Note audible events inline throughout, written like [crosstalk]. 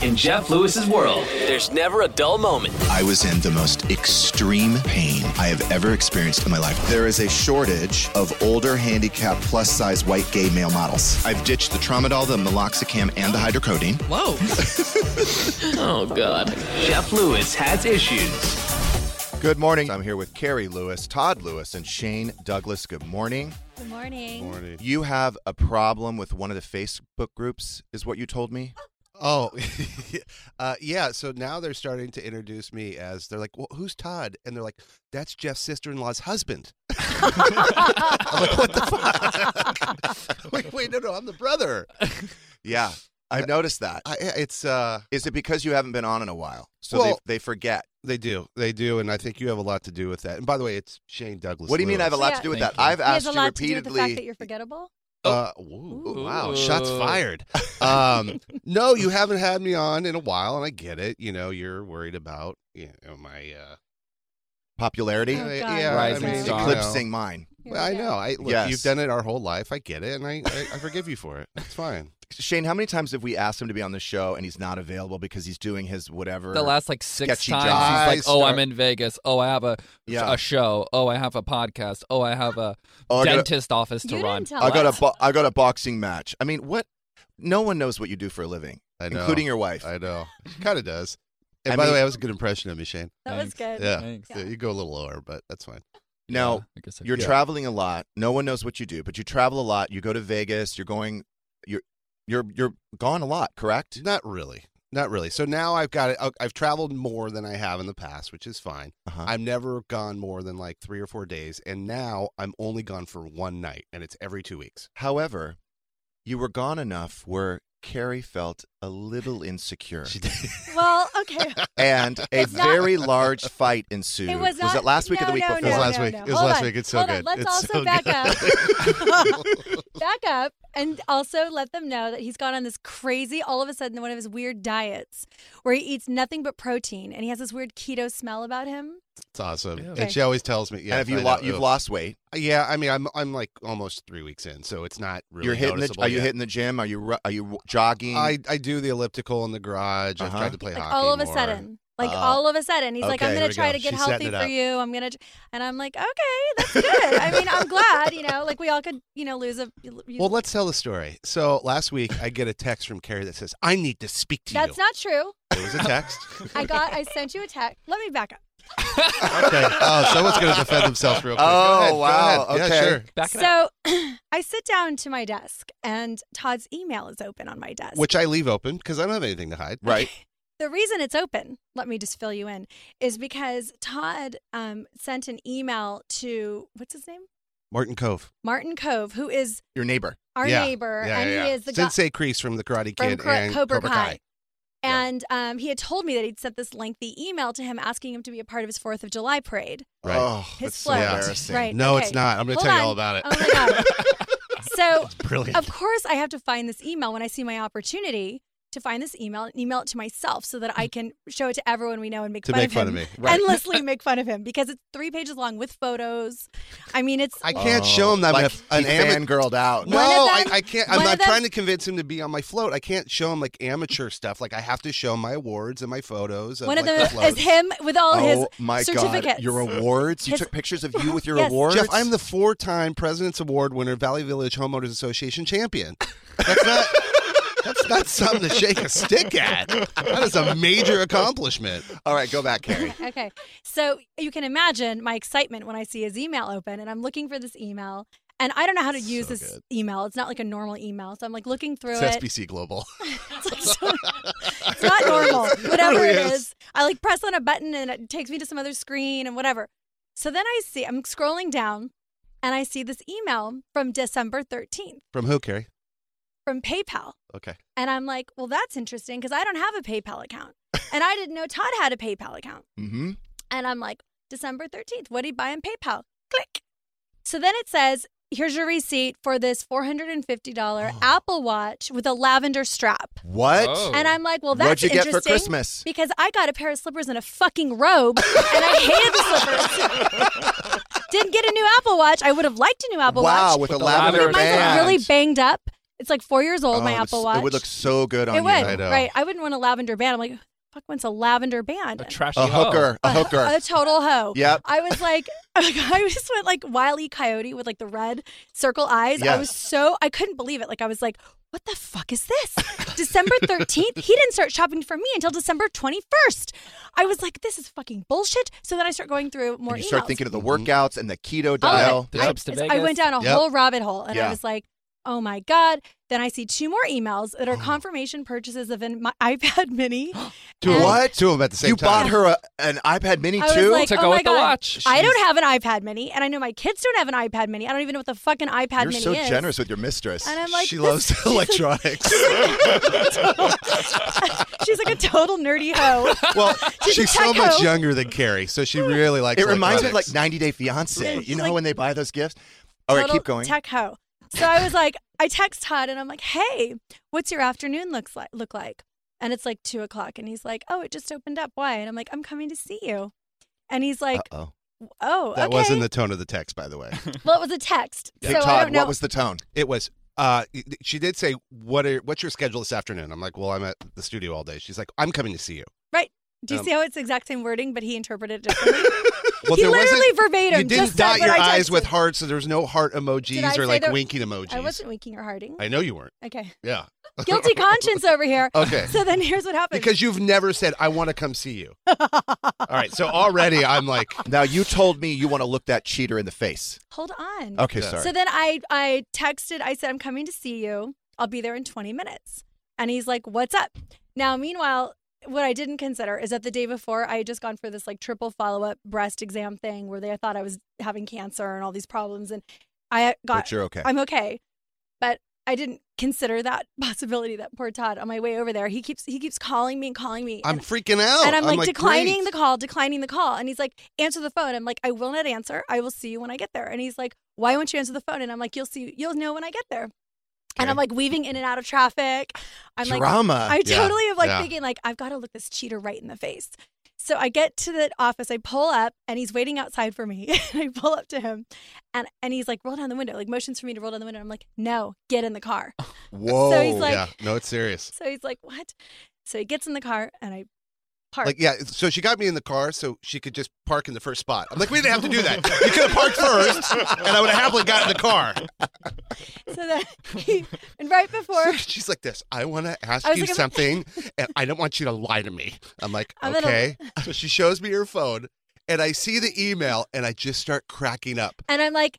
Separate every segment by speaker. Speaker 1: In Jeff Lewis's world, there's never a dull moment.
Speaker 2: I was in the most extreme pain I have ever experienced in my life.
Speaker 3: There is a shortage of older handicapped plus size white gay male models.
Speaker 2: I've ditched the tramadol, the meloxicam, and the hydrocodone.
Speaker 4: Whoa. oh, God.
Speaker 1: Jeff Lewis has issues.
Speaker 3: Good morning. I'm here with Carrie Lewis, Todd Lewis, and Shane Douglas. Good morning.
Speaker 5: Good morning.
Speaker 3: You have a problem with one of the Facebook groups, is what you
Speaker 5: [gasps]
Speaker 3: told me?
Speaker 6: Oh, [laughs] uh, yeah. So now they're starting to introduce me as they're like, "Well, who's Todd?" And they're like, "That's Jeff's sister-in-law's husband." [laughs] I'm like, "What the fuck?" [laughs] I'm like, wait, no, no, I'm the brother.
Speaker 3: Yeah, I've noticed that.
Speaker 6: I, it's uh,
Speaker 3: Is it because you haven't been [laughs] on in a while? So
Speaker 6: Well-
Speaker 3: they, they forget.
Speaker 6: they do, they do, and I think you have a lot to do with that. And by the way, it's Shane Douglas.
Speaker 3: What do you mean I have a lot to
Speaker 5: Yeah.
Speaker 3: do with
Speaker 4: Thank
Speaker 3: that?
Speaker 4: you.
Speaker 3: I've
Speaker 5: It has
Speaker 3: asked
Speaker 5: a
Speaker 3: you
Speaker 5: lot to do with the fact Oh. that
Speaker 3: repeatedly.
Speaker 5: you're forgettable.
Speaker 6: Uh, whoa,
Speaker 4: Ooh.
Speaker 6: wow, shots
Speaker 3: [laughs]
Speaker 6: fired. Um, no, you haven't had me on in a while, and I get it. You know, you're worried about you know my uh,
Speaker 3: Popularity?
Speaker 5: Oh,
Speaker 6: yeah,
Speaker 5: God,
Speaker 6: yeah,
Speaker 4: Rising
Speaker 6: I mean,
Speaker 4: star.
Speaker 6: you know.
Speaker 3: Eclipsing mine.
Speaker 5: Here
Speaker 6: Well, I
Speaker 5: we go.
Speaker 6: know. I look,
Speaker 3: Yes.
Speaker 6: you've done it our whole life. I get it, and I, I, I forgive you for it. It's fine.
Speaker 3: Shane, how many times have we asked him to be on the show and he's not available because he's doing his whatever?
Speaker 4: The last like six
Speaker 3: Sketchy
Speaker 4: times,
Speaker 6: job.
Speaker 4: he's like, "Oh,
Speaker 6: I
Speaker 4: I'm in Vegas. Oh, I have a
Speaker 3: Yeah.
Speaker 4: a show. Oh, I have a podcast. Oh, I have a
Speaker 3: Oh, I got a-
Speaker 4: dentist office to
Speaker 5: You
Speaker 4: run."
Speaker 5: didn't tell
Speaker 3: I got a
Speaker 5: us.
Speaker 3: bo- I got a boxing match. I mean, what? No one knows what you do for a living,
Speaker 6: I know.
Speaker 3: including your wife.
Speaker 6: I know. Kind of does. And
Speaker 3: [laughs] I
Speaker 6: by
Speaker 3: mean-
Speaker 6: the way, that was a good impression of me, Shane.
Speaker 5: That was good.
Speaker 6: Yeah.
Speaker 4: Thanks.
Speaker 6: Yeah, You go a little lower, but that's fine.
Speaker 3: now
Speaker 4: Yeah, I guess I
Speaker 3: you're
Speaker 4: could.
Speaker 3: traveling a lot. No one knows what you do, but you travel a lot. You go to Vegas. You're going. You're you're you're gone a lot. Correct.
Speaker 6: Not really. Not really. So now I've got it. I- I've traveled more than I have in the past, which is fine.
Speaker 3: Uh-huh.
Speaker 6: I've never gone more than like three or four days, and now I'm only gone for one night, and it's every two weeks.
Speaker 3: However, you were gone enough where Carrie felt a little insecure,
Speaker 5: Well, okay. [laughs]
Speaker 3: and a
Speaker 5: It's not-
Speaker 3: very large fight ensued.
Speaker 5: It was not.
Speaker 3: it last week
Speaker 5: no,
Speaker 3: or the week
Speaker 5: no,
Speaker 3: before?
Speaker 5: No,
Speaker 6: [laughs] It was last
Speaker 5: no,
Speaker 6: week.
Speaker 5: no.
Speaker 6: It was
Speaker 5: Hold
Speaker 6: last
Speaker 5: on.
Speaker 6: week. It's so
Speaker 5: Hold
Speaker 6: good.
Speaker 5: On. Let's
Speaker 6: It's
Speaker 5: also
Speaker 6: so
Speaker 5: back
Speaker 6: good.
Speaker 5: up.
Speaker 6: [laughs]
Speaker 5: [laughs] back up and also let them know that he's gone on this crazy, all of a sudden, one of his weird diets where he eats nothing but protein and he has this weird keto smell about him.
Speaker 6: It's awesome.
Speaker 5: Okay.
Speaker 6: And she always tells me, "Yeah,
Speaker 3: and have you
Speaker 6: I
Speaker 3: lo-
Speaker 6: know,
Speaker 3: you've
Speaker 6: ugh.
Speaker 3: lost weight?
Speaker 6: Yeah, I mean, I'm I'm like almost three weeks in, so it's not really.
Speaker 3: you're hitting the.
Speaker 6: noticeable
Speaker 3: Are you
Speaker 6: yet.
Speaker 3: hitting the gym? Are you ru- are you w- jogging?
Speaker 6: I, I do the elliptical in the garage. I've
Speaker 3: Uh-huh.
Speaker 6: tried to play
Speaker 5: Like
Speaker 6: hockey.
Speaker 5: all of a
Speaker 6: more.
Speaker 5: sudden. Like
Speaker 6: Uh,
Speaker 3: Oh.
Speaker 5: all of a sudden, he's like,
Speaker 3: Okay,
Speaker 5: "I'm
Speaker 3: here
Speaker 5: gonna
Speaker 3: we
Speaker 5: try
Speaker 3: go.
Speaker 5: to get
Speaker 6: She's
Speaker 5: healthy
Speaker 6: setting it
Speaker 5: for
Speaker 6: up.
Speaker 5: you. I'm gonna," tr-" and I'm like, "Okay,
Speaker 6: [laughs]
Speaker 5: that's good. I mean, I'm glad. You know, like we all could, you know, lose a. you- you-
Speaker 6: Well, let's tell the story. So last week, I get a text from Carrie that says, "I need to speak to
Speaker 5: that's
Speaker 6: you."
Speaker 5: not true.
Speaker 6: It was
Speaker 4: [laughs]
Speaker 6: a text.
Speaker 5: I got.
Speaker 6: [laughs]
Speaker 5: I sent you a text. Let me back up.
Speaker 6: okay. Oh, someone's going to defend themselves real quick. Go
Speaker 3: Oh,
Speaker 6: ahead, go
Speaker 3: wow.
Speaker 6: ahead.
Speaker 3: Okay.
Speaker 6: Yeah, sure.
Speaker 4: Back it up.
Speaker 5: So [clears throat] I sit down to my desk, and Todd's email is open on my desk.
Speaker 6: Which I leave open because I don't have anything to hide.
Speaker 3: right.
Speaker 5: the reason it's open, let me just fill you in, is because Todd um, sent an email to what's his name,
Speaker 6: Martin Cove.
Speaker 5: Martin Cove, who is
Speaker 3: Your neighbor.
Speaker 5: our
Speaker 6: Yeah.
Speaker 5: neighbor,
Speaker 6: Yeah,
Speaker 5: and
Speaker 6: yeah,
Speaker 5: he
Speaker 6: yeah.
Speaker 5: is the guy.
Speaker 6: Sensei Crease from the Karate
Speaker 5: from
Speaker 6: Kid
Speaker 5: Cobra,
Speaker 6: and
Speaker 5: Cobra Kai.
Speaker 6: Yeah.
Speaker 5: And um, he had told me that he'd sent this lengthy email to him asking him to be a part of his Fourth of July parade.
Speaker 6: Right.
Speaker 3: Oh,
Speaker 5: His
Speaker 3: that's so
Speaker 5: float.
Speaker 3: embarrassing.
Speaker 5: Right.
Speaker 6: No,
Speaker 5: okay.
Speaker 6: it's not. I'm going to
Speaker 5: Hold
Speaker 6: tell you
Speaker 5: on.
Speaker 6: all about it.
Speaker 5: Oh my god!
Speaker 6: [laughs]
Speaker 5: so,
Speaker 6: Brilliant.
Speaker 5: of course, I have to find this email when I see my opportunity to find this email and email it to myself so that I can show it to everyone we know and make
Speaker 6: To
Speaker 5: fun
Speaker 6: make
Speaker 5: of
Speaker 6: fun
Speaker 5: him.
Speaker 6: of me. Right. [laughs]
Speaker 5: Endlessly make fun of him because it's three pages long with photos. I mean, it's
Speaker 3: Oh.
Speaker 6: I can't show him that
Speaker 3: like
Speaker 6: I'm
Speaker 3: he
Speaker 6: an amateur.
Speaker 3: fangirled out.
Speaker 6: No,
Speaker 5: One of them-
Speaker 6: I, I can't.
Speaker 5: one
Speaker 6: I'm
Speaker 5: of
Speaker 6: not
Speaker 5: them-
Speaker 6: trying to convince him to be on my float. I can't show him like amateur stuff. Like I have to show him my awards and my photos.
Speaker 5: one of
Speaker 6: like,
Speaker 5: them
Speaker 6: the
Speaker 5: is
Speaker 6: floats.
Speaker 5: him with all his
Speaker 3: oh my god!
Speaker 5: certificates.
Speaker 3: Your awards. You
Speaker 5: His-
Speaker 3: took pictures of you with your
Speaker 5: Yes.
Speaker 3: awards.
Speaker 6: Jeff, I'm the four-time President's Award winner, Valley Village Homeowners Association champion. That's not. That's not something to shake a stick at. That is a major accomplishment.
Speaker 3: All right, go back, Carrie.
Speaker 5: [laughs] okay. So you can imagine my excitement when I see his email open and I'm looking for this email. And I don't know how to use this email. It's not like a normal email. So I'm like looking through
Speaker 6: It's
Speaker 5: it.
Speaker 6: SBC Global.
Speaker 5: [laughs] It's,
Speaker 3: [laughs]
Speaker 5: like so- it's not normal. Whatever
Speaker 6: really
Speaker 5: it
Speaker 6: is.
Speaker 5: is. I like press on a button and it takes me to some other screen and whatever. So then I see, I'm scrolling down and I see this email from December 13th
Speaker 6: [laughs] From who, Carrie?
Speaker 5: from PayPal.
Speaker 6: Okay.
Speaker 5: And I'm like, well, that's interesting because I don't have a PayPal account. And I didn't know Todd had a PayPal account.
Speaker 3: Mm-hmm.
Speaker 5: And I'm like, December 13th, what did he buy on PayPal? Click. So then it says, here's your receipt for this $450
Speaker 3: [gasps]
Speaker 5: Apple Watch with a lavender strap.
Speaker 3: What?
Speaker 4: Oh.
Speaker 5: And I'm like, well, that's
Speaker 3: What'd you get for
Speaker 5: interesting.
Speaker 3: Christmas?
Speaker 5: Because I got a pair of slippers and a fucking robe, and I hated the
Speaker 3: [laughs]
Speaker 5: slippers. Didn't get a new Apple Watch. I would have liked a new Apple
Speaker 3: wow,
Speaker 5: Watch.
Speaker 3: with, a
Speaker 4: With the
Speaker 3: lavender,
Speaker 4: lavender
Speaker 5: Mine's like
Speaker 3: band.
Speaker 5: really banged up. It's like four years old.
Speaker 3: Oh,
Speaker 5: my
Speaker 3: it would-
Speaker 5: Apple Watch.
Speaker 3: It would look so good on
Speaker 5: It
Speaker 3: you.
Speaker 5: would,
Speaker 6: I know.
Speaker 5: right? I wouldn't want a lavender band. I'm like, fuck, wants a lavender band?
Speaker 4: a trashy
Speaker 3: A
Speaker 4: hoe.
Speaker 3: hooker, a hooker.
Speaker 5: A total hoe.
Speaker 3: Yep.
Speaker 5: I was like, [laughs] I just went like Wile E. Coyote with like the red circle eyes. I was
Speaker 3: Yes.
Speaker 5: so, I couldn't believe it. Like, I was like, what the fuck is
Speaker 3: [laughs]
Speaker 5: this? December 13th? He didn't start shopping for me until December 21st. I was like, this is fucking bullshit. So then I start going through more
Speaker 3: and you start
Speaker 5: emails.
Speaker 3: thinking of the
Speaker 5: Mm-hmm.
Speaker 3: workouts and the keto
Speaker 5: All of it.
Speaker 3: diet.
Speaker 4: The trips to
Speaker 5: I, I
Speaker 4: Vegas.
Speaker 5: went down a
Speaker 3: Yep.
Speaker 5: whole rabbit hole and
Speaker 3: Yeah.
Speaker 5: I was like, oh my God. Then I see two more emails
Speaker 3: [gasps]
Speaker 5: that are confirmation purchases of an my [laughs] iPad mini.
Speaker 6: Two
Speaker 5: And-
Speaker 3: What?
Speaker 6: Two of them at the same
Speaker 3: You
Speaker 6: time.
Speaker 3: bought her a, an iPad Mini
Speaker 5: I was
Speaker 3: too.
Speaker 5: like,
Speaker 4: To
Speaker 5: oh
Speaker 4: go
Speaker 5: my
Speaker 4: with the
Speaker 5: God,
Speaker 4: watch.
Speaker 5: I
Speaker 4: She's-
Speaker 5: don't have an iPad mini, and I know my kids don't have an iPad mini. I don't even know what the fucking iPad
Speaker 3: You're
Speaker 5: mini
Speaker 3: so
Speaker 5: is.
Speaker 3: generous with your mistress.
Speaker 5: And I'm like,
Speaker 3: she
Speaker 5: this-
Speaker 6: [laughs]
Speaker 3: loves electronics.
Speaker 5: [laughs] She's like a total nerdy hoe.
Speaker 6: Well,
Speaker 5: [laughs] She's
Speaker 6: she's
Speaker 5: a
Speaker 6: so
Speaker 5: tech
Speaker 6: much
Speaker 5: hoe.
Speaker 6: younger than Carrie, so she really likes.
Speaker 3: it reminds me of like
Speaker 6: electronics.
Speaker 3: 90 Day Fiance. You know
Speaker 5: Like-
Speaker 3: when they buy those gifts. All right,
Speaker 5: total
Speaker 3: keep going.
Speaker 5: Tech hoe. So I was like, I text Todd and I'm like, hey, what's your afternoon looks like look like? And it's like two o'clock, and he's like, oh, it just opened up. Why? And I'm like, I'm coming to see you. And he's like,
Speaker 3: Uh-oh.
Speaker 5: oh,
Speaker 6: that
Speaker 5: okay.
Speaker 6: wasn't the tone of the text, by
Speaker 3: [laughs]
Speaker 6: the way.
Speaker 5: well, it was a text.
Speaker 3: Hey,
Speaker 5: So I
Speaker 3: Todd,
Speaker 5: don't know.
Speaker 3: what was the tone?
Speaker 6: It was. Uh, she did say, "What are what's your schedule this afternoon?" I'm like, "Well, I'm at the studio all day." She's like, "I'm coming to see
Speaker 5: [laughs]
Speaker 6: you."
Speaker 5: right. Do you
Speaker 6: Um,
Speaker 5: see how it's the exact same wording, but he interpreted it differently?
Speaker 6: [laughs] Well,
Speaker 5: He
Speaker 6: there wasn't-
Speaker 5: literally verbatim
Speaker 6: You didn't
Speaker 5: just said
Speaker 6: dot
Speaker 5: what
Speaker 6: your
Speaker 5: I
Speaker 6: ey's
Speaker 5: texted.
Speaker 6: with hearts, so there's no heart
Speaker 5: Did I
Speaker 6: emojis
Speaker 5: say
Speaker 6: or like
Speaker 5: there-
Speaker 6: winking emojis.
Speaker 5: I wasn't winking or harding.
Speaker 6: I know you weren't. [laughs]
Speaker 5: Okay. [laughs]
Speaker 6: Yeah.
Speaker 5: Guilty conscience over here.
Speaker 6: Okay.
Speaker 5: So then here's what happened.
Speaker 6: Because you've never said, "I want to come see you." all right. So already, I'm like,
Speaker 3: [laughs] Now you told me you want to look that cheater in the face.
Speaker 5: Hold on.
Speaker 3: Okay,
Speaker 6: Yeah.
Speaker 3: sorry.
Speaker 5: So then I I texted, I said, I'm coming to see you. I'll be there in 20 minutes. And he's like, What's up? Now, meanwhile, what I didn't consider is that the day before I had just gone for this like triple follow up breast exam thing where they thought I was having cancer and all these problems. And I got
Speaker 3: but you're okay.
Speaker 5: I'm okay. But I didn't consider that [laughs] possibility that poor Todd on my way over there. He keeps he keeps calling me and calling me.
Speaker 6: I'm
Speaker 5: and,
Speaker 6: freaking out,
Speaker 5: and I'm, like,
Speaker 6: "Great."
Speaker 5: declining the call, declining the call. And he's like, answer the phone. I'm like, I will not answer. I will see you when I get there. And he's like, why won't you answer the phone? And I'm like, you'll see, you'll know when I get there. And I'm like weaving in and out of traffic. I'm
Speaker 3: Drama.
Speaker 5: like, I
Speaker 6: Yeah,
Speaker 5: totally am like
Speaker 6: yeah.
Speaker 5: thinking like I've got to look this cheater right in the face. So I get to the office, I pull up, and he's waiting outside for me. [laughs] And I pull up to him, and and he's like, roll down the window, like motions for me to roll down the window. I'm like, no, get in the
Speaker 6: [laughs]
Speaker 5: car.
Speaker 3: Whoa.
Speaker 5: So he's like-
Speaker 6: yeah. No, it's serious.
Speaker 5: So he's like, what? So he gets in the car, and I park.
Speaker 6: Like, yeah. So she got me in the car so she could just park in the first spot. I'm like, we didn't have to do that. You could have
Speaker 5: [laughs]
Speaker 6: parked first, and I would have happily got in the car.
Speaker 5: So then he, and right before
Speaker 6: [laughs] She's like this. I want to ask
Speaker 5: I was
Speaker 6: you
Speaker 5: like, I'm- [laughs]
Speaker 6: something, and I don't want you to lie to me. I'm like,
Speaker 5: I'm gonna-
Speaker 6: okay. So she shows me her phone, and I see the email, and I just start cracking up.
Speaker 5: And I'm like,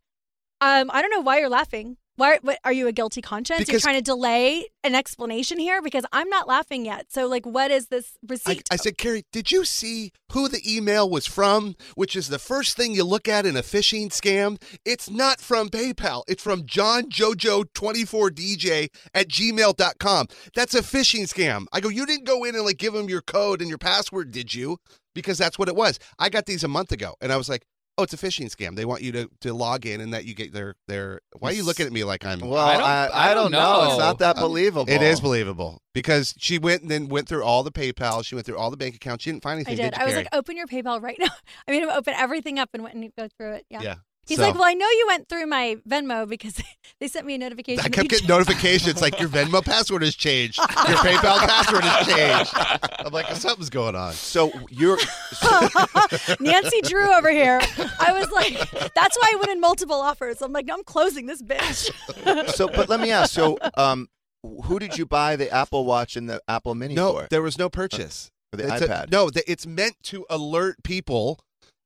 Speaker 5: um, I don't know why you're laughing. Why what, are you a guilty conscience?
Speaker 6: Because-
Speaker 5: you're trying to delay an explanation here because I'm not laughing yet. So like, what is this
Speaker 6: I,
Speaker 5: receipt?
Speaker 6: I said, Carrie, did you see who the email was from? Which is the first thing you look at in a phishing scam. It's not from PayPal. It's from johnjojo24dj at gmail.com. That's a phishing scam. I go, you didn't go in and like give them your code and your password, did you? Because that's what it was. I got these a month ago and I was like, oh, it's a phishing scam. They want you to, to log in and that you get their, their, why are you looking at me like I'm,
Speaker 3: well,
Speaker 4: I
Speaker 3: I
Speaker 4: don't-
Speaker 3: don't, I,
Speaker 4: I don't
Speaker 3: don't know. It's
Speaker 4: know.
Speaker 3: not that believable.
Speaker 6: It is believable because she went and then went through all the PayPal. She went through all the bank accounts. She didn't find
Speaker 5: I
Speaker 6: anything.
Speaker 5: did.
Speaker 6: you,
Speaker 5: I was
Speaker 6: Carrie?
Speaker 5: like, oh, open your PayPal right [laughs] now. I made him open everything up and went and go through it. Yeah.
Speaker 6: yeah.
Speaker 5: He's
Speaker 6: So-
Speaker 5: like, well, I know you went through my Venmo because [laughs] they sent me a notification.
Speaker 6: I
Speaker 5: that
Speaker 6: kept
Speaker 5: you
Speaker 6: getting notifications like your
Speaker 5: [laughs]
Speaker 6: Venmo password has changed, your PayPal password has changed. I'm like, something's going on.
Speaker 3: So you're.
Speaker 5: [laughs] Nancy Drew over here. I was like, [laughs] that's why I went in multiple offers. I'm like, I'm closing this bitch.
Speaker 3: So, but let me ask. So, um, Who did you buy the Apple Watch and the Apple Mini
Speaker 6: no,
Speaker 3: for?
Speaker 6: there was no purchase.
Speaker 3: Or the
Speaker 6: It's a-
Speaker 3: iPad.
Speaker 6: no, the, it's meant to alert people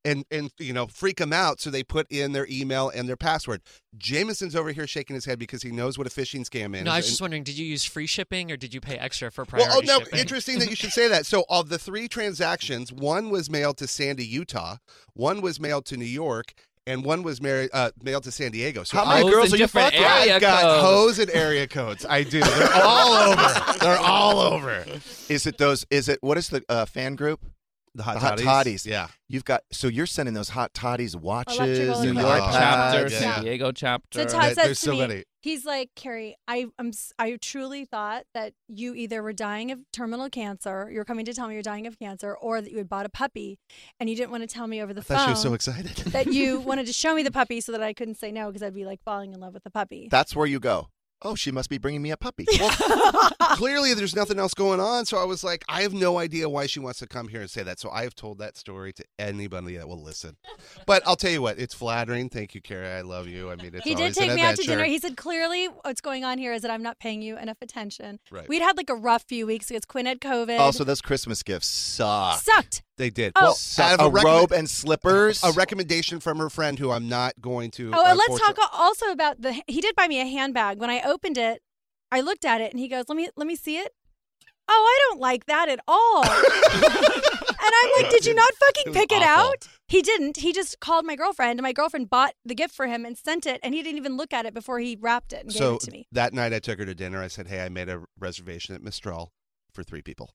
Speaker 6: and and you know freak them out so they put in their email and their password. Jameson's over here shaking his head because he knows what a phishing scam is.
Speaker 7: No, I was
Speaker 6: and-
Speaker 7: just wondering, did you use free shipping or did you pay extra for priority
Speaker 6: well, oh no,
Speaker 7: shipping? [laughs]
Speaker 6: interesting that you should say that. So, of the three transactions, one was mailed to Sandy, Utah, one was mailed to New York, and one was mar- uh, mailed to San Diego. So
Speaker 3: How many
Speaker 6: I-
Speaker 4: Hoes
Speaker 3: girls
Speaker 4: in
Speaker 3: are you
Speaker 4: different
Speaker 3: fucking?
Speaker 4: areas.
Speaker 6: I
Speaker 4: Area
Speaker 6: got
Speaker 4: codes.
Speaker 6: hose and area codes. I do. They're all over. They're all over.
Speaker 3: Is it those? Is it what is the uh, fan group?
Speaker 6: The
Speaker 3: hot The hot toddies? toddies.
Speaker 6: Yeah.
Speaker 3: You've got so you're sending those hot toddies watches,
Speaker 5: Electrical
Speaker 3: New
Speaker 5: equipment.
Speaker 3: York
Speaker 6: Oh,
Speaker 4: chapter,
Speaker 6: yeah.
Speaker 4: San Diego chapter.
Speaker 5: So Todd
Speaker 6: There-
Speaker 5: says
Speaker 6: there's
Speaker 5: to
Speaker 6: so
Speaker 5: me,
Speaker 6: many.
Speaker 5: he's like, Carrie, I am s- I truly thought that you either were dying of terminal cancer, you were coming to tell me you're dying of cancer, or that you had bought a puppy and you didn't want to tell me over the
Speaker 6: I thought
Speaker 5: phone
Speaker 6: she was so excited.
Speaker 5: [laughs] that
Speaker 6: [laughs]
Speaker 5: you wanted to show me the puppy so that I couldn't say no because I'd be like falling in love with the puppy.
Speaker 3: That's where you go. Oh, she must be bringing me a puppy.
Speaker 6: Clearly, there's nothing else going on. So I was like, I have no idea why she wants to come here and say that. So I have told that story to anybody that will listen. But I'll tell you what, it's flattering. Thank you, Carrie. I love you. I mean, it's
Speaker 5: he did
Speaker 6: always
Speaker 5: take
Speaker 6: an
Speaker 5: me out to dinner.
Speaker 6: adventure.
Speaker 5: He said, clearly what's going on here is that I'm not paying you enough attention.
Speaker 6: Right.
Speaker 5: We'd had like a rough few weeks because Quinn had COVID.
Speaker 3: also, those Christmas gifts suck.
Speaker 5: sucked.
Speaker 6: They did.
Speaker 5: Oh.
Speaker 6: Well,
Speaker 3: Suck.
Speaker 6: out of
Speaker 3: a,
Speaker 6: a, recommend-
Speaker 3: robe and slippers.
Speaker 6: A recommendation from her friend who I'm not going to.
Speaker 5: Oh, and let's
Speaker 6: unfortunately-
Speaker 5: talk also about the. He did buy me a handbag. When I opened it, I looked at it and he goes, "Let me, let me see it." Oh, I don't like that at
Speaker 6: [laughs]
Speaker 5: all. and I'm like, "Did you not
Speaker 6: It
Speaker 5: fucking
Speaker 6: was
Speaker 5: pick it
Speaker 6: awful.
Speaker 5: out?" He didn't. He just called my girlfriend, and my girlfriend bought the gift for him and sent it, and he didn't even look at it before he wrapped it and
Speaker 6: So
Speaker 5: gave it to me.
Speaker 6: that night I took her to dinner. I said, Hey, I made a reservation at Mistral for three people.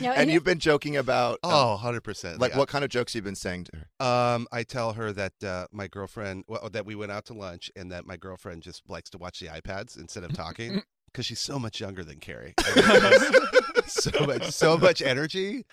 Speaker 5: No,
Speaker 3: and
Speaker 5: it-
Speaker 3: you've been joking about uh,
Speaker 6: Oh, 100%.
Speaker 3: like
Speaker 6: Yeah.
Speaker 3: what kind of jokes you've been
Speaker 5: [laughs]
Speaker 3: saying to her?
Speaker 6: Um, I tell her that uh, my girlfriend, well, that we went out to lunch, and that my girlfriend just likes to watch the iPads instead of
Speaker 5: [laughs]
Speaker 6: talking because she's so much younger than Carrie. I mean, she's so much, so much energy.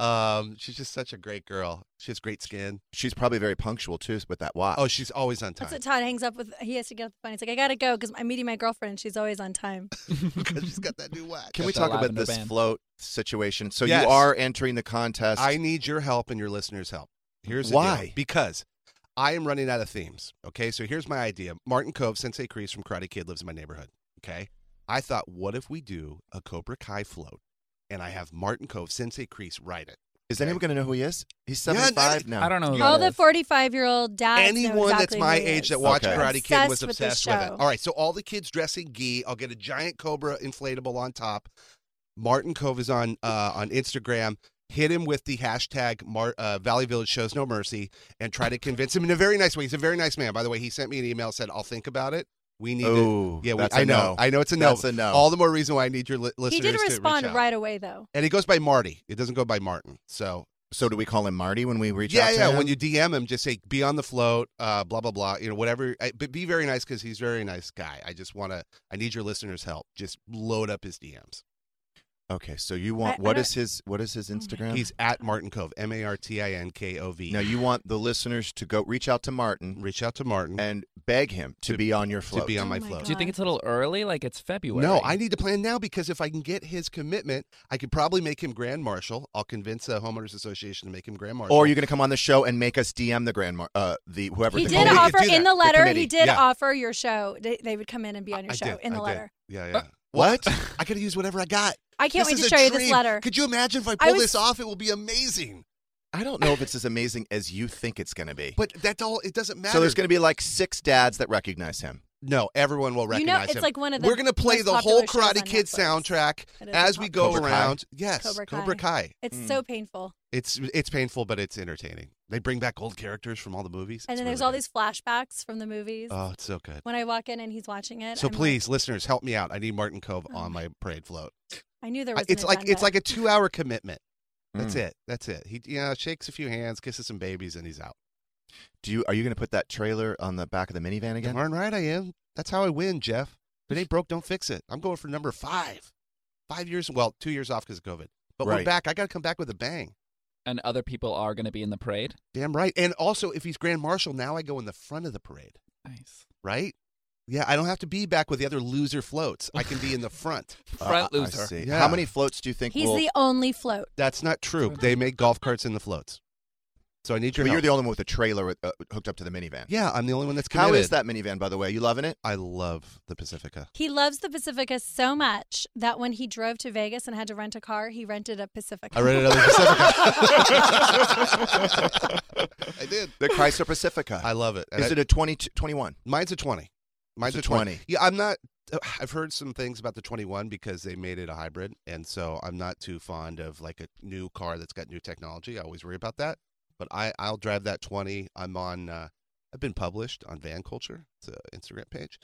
Speaker 6: Um, she's just such a great girl. She has great skin.
Speaker 3: She's probably very punctual too with that watch.
Speaker 6: Oh, she's always on
Speaker 5: that's
Speaker 6: time.
Speaker 5: what Todd hangs up with. He has to get off the phone. He's like, "I gotta go because I'm meeting my girlfriend, and she's always on time."
Speaker 6: 'Cause she's got that new watch.
Speaker 3: Can we
Speaker 4: That's a
Speaker 3: talk about
Speaker 4: lavender
Speaker 3: this
Speaker 4: band.
Speaker 3: float situation? So
Speaker 6: Yes.
Speaker 3: you are entering the contest.
Speaker 6: I need your help and your listeners' help. Here's the
Speaker 3: Why?
Speaker 6: deal. Because I am running out of themes. Okay, so here's my idea. Martin Cove, Sensei Kreese from Karate Kid, lives in my neighborhood. Okay, I thought, what if we do a Cobra Kai float, and I have Martin Cove, Sensei Kreese write it.
Speaker 3: Is anyone going to know who he is? He's
Speaker 6: Yeah, no,
Speaker 3: 75 now.
Speaker 4: I don't know. Who
Speaker 5: All
Speaker 4: that
Speaker 5: the
Speaker 4: is.
Speaker 5: 45 year old dads. know
Speaker 6: Oh, Anyone that's
Speaker 5: exactly
Speaker 6: my
Speaker 5: who he
Speaker 6: age
Speaker 5: is.
Speaker 6: that watched
Speaker 3: Okay.
Speaker 6: Karate Kid was
Speaker 5: Obsessed with this
Speaker 6: obsessed with, it.
Speaker 5: show.
Speaker 6: All right, so all the kids dressing gi. I'll get a giant Cobra inflatable on top. Martin Cove is on uh, on Instagram. Hit him with the hashtag Mar- uh, Valley Village shows no mercy and try to convince him in a very nice way. He's a very nice man, by the way. He sent me an email said I'll think about it. We need
Speaker 3: Ooh,
Speaker 6: to, yeah. We,
Speaker 3: that's a
Speaker 6: I know,
Speaker 3: no.
Speaker 6: I know it's a no.
Speaker 3: That's a no.
Speaker 6: All the more reason why I need your li-
Speaker 5: He
Speaker 6: listeners
Speaker 5: did
Speaker 6: to reach
Speaker 5: respond
Speaker 6: out.
Speaker 5: right away though.
Speaker 6: and he goes by Marty. It doesn't go by Martin. So
Speaker 3: So do we call him Marty when we reach
Speaker 6: yeah,
Speaker 3: out to
Speaker 6: yeah.
Speaker 3: him?
Speaker 6: When you DM him, just say be on the float, uh, blah blah blah. You know, whatever. I, but be very nice because he's a very nice guy. I just want to. I need your listeners' help. Just load up his DMs.
Speaker 3: Okay, so you want
Speaker 5: I
Speaker 3: what
Speaker 5: don't- Oh
Speaker 3: is his what is his Instagram?
Speaker 6: He's at Martin Cove. M A R T I N K O V.
Speaker 3: now you want the listeners to go reach out to Martin
Speaker 6: reach out to Martin
Speaker 3: and beg him to,
Speaker 6: To-
Speaker 3: be on your float.
Speaker 6: to be on
Speaker 5: Oh
Speaker 6: my
Speaker 5: my
Speaker 6: float.
Speaker 4: Do you think it's a little early? Like it's February.
Speaker 6: No, I need to plan now because if I can get his commitment, I could probably make him grand marshal. I'll convince the homeowners association to make him grand marshal.
Speaker 3: or you're going to come on the show and make us DM the grandma, uh, the whoever.
Speaker 5: He
Speaker 3: the
Speaker 5: did
Speaker 6: committee.
Speaker 3: committee.
Speaker 6: We could
Speaker 5: offer
Speaker 6: do
Speaker 5: in
Speaker 6: that.
Speaker 5: the
Speaker 6: The
Speaker 5: letter.
Speaker 3: committee.
Speaker 5: he did
Speaker 6: Yeah.
Speaker 5: offer your show. They, they would come in and be on your
Speaker 6: I
Speaker 5: show
Speaker 6: did,
Speaker 5: in the
Speaker 6: I did.
Speaker 5: letter.
Speaker 6: Yeah, yeah.
Speaker 3: what?
Speaker 6: [laughs] I gotta use whatever I got.
Speaker 5: I can't
Speaker 6: This
Speaker 5: wait
Speaker 6: is
Speaker 5: to
Speaker 6: a
Speaker 5: show you this
Speaker 6: dream.
Speaker 5: letter.
Speaker 6: Could you imagine if I
Speaker 5: I
Speaker 6: pull
Speaker 5: was-
Speaker 6: this off? It will be amazing.
Speaker 3: I don't know if it's as amazing as you think it's going to be.
Speaker 6: But that's all. It doesn't matter.
Speaker 3: so there's going to be like six dads that recognize him.
Speaker 6: No, everyone will
Speaker 5: You
Speaker 6: recognize
Speaker 5: know, it's
Speaker 6: him.
Speaker 5: like one of the
Speaker 6: We're gonna play
Speaker 5: most
Speaker 6: the
Speaker 5: popular
Speaker 6: whole
Speaker 5: shows
Speaker 6: Karate
Speaker 5: on
Speaker 6: Kid
Speaker 5: Netflix.
Speaker 6: soundtrack
Speaker 5: It is
Speaker 6: as
Speaker 5: a
Speaker 6: we
Speaker 5: pop-
Speaker 6: go
Speaker 3: Cobra Kai?
Speaker 6: around. Yes,
Speaker 5: Cobra Kai. It's
Speaker 3: Mm.
Speaker 5: so painful.
Speaker 6: It's it's painful, but it's entertaining. They bring back old characters from all the movies.
Speaker 5: And
Speaker 6: It's
Speaker 5: then there's
Speaker 6: really
Speaker 5: all
Speaker 6: good.
Speaker 5: these flashbacks from the movies.
Speaker 6: Oh, it's so good.
Speaker 5: when I walk in and he's watching it.
Speaker 6: So
Speaker 5: I'm like,
Speaker 6: please, listeners, help me out. I need Martin Cove
Speaker 5: Oh
Speaker 6: on my parade float.
Speaker 5: I knew there
Speaker 6: I-
Speaker 5: was. an
Speaker 6: It's like
Speaker 5: agenda.
Speaker 6: it's like a two hour commitment. That's
Speaker 3: Mm.
Speaker 6: it. That's it. He you know, shakes a few hands, kisses some babies, and he's out.
Speaker 3: Do you are you going to put that trailer on the back of the minivan again?
Speaker 6: Darn right I am. That's how I win, Jeff. If it ain't broke, don't fix it. I'm going for number five. Five years, well, two years off because of COVID. But we're
Speaker 3: Right.
Speaker 6: back. I got to come back with a bang.
Speaker 4: And other people are going to be in the parade.
Speaker 6: Damn right. And also, if he's Grand Marshal, now I go in the front of the parade,
Speaker 4: Nice.
Speaker 6: right? Yeah, I don't have to be back with the other loser floats. I can be in the front.
Speaker 4: [laughs] Front
Speaker 3: Uh, I
Speaker 4: loser.
Speaker 3: see.
Speaker 6: Yeah.
Speaker 3: How many floats do you think
Speaker 5: he's
Speaker 3: will
Speaker 5: the only float.
Speaker 6: That's not true. They make golf carts in the floats. So I need your
Speaker 3: But you're
Speaker 6: help.
Speaker 3: the only one with a trailer with, uh, hooked up to
Speaker 6: [laughs]
Speaker 3: the minivan.
Speaker 6: Yeah, I'm the only one that's committed.
Speaker 3: How is that minivan, by the way? You loving it?
Speaker 6: I love the Pacifica.
Speaker 5: He loves the Pacifica so much that when he drove to Vegas and had to rent a car, he rented a Pacifica.
Speaker 6: I rented another
Speaker 5: [laughs]
Speaker 6: [laughs] Pacifica.
Speaker 3: I did. The Chrysler Pacifica.
Speaker 6: I love it. And
Speaker 3: Is
Speaker 6: I-
Speaker 3: it a 20, 21?
Speaker 6: Mine's a 20. Mine's
Speaker 3: It's
Speaker 6: a
Speaker 3: a
Speaker 6: 20.
Speaker 3: 20.
Speaker 6: Yeah, I'm not. [sighs] I've heard some things about the 21 because they made it a hybrid. And so I'm not too fond of like a new car that's got new technology. I always worry about that. But I, I'll drive that 20. I'm on, uh, I've been published on Van Culture, it's an Instagram page.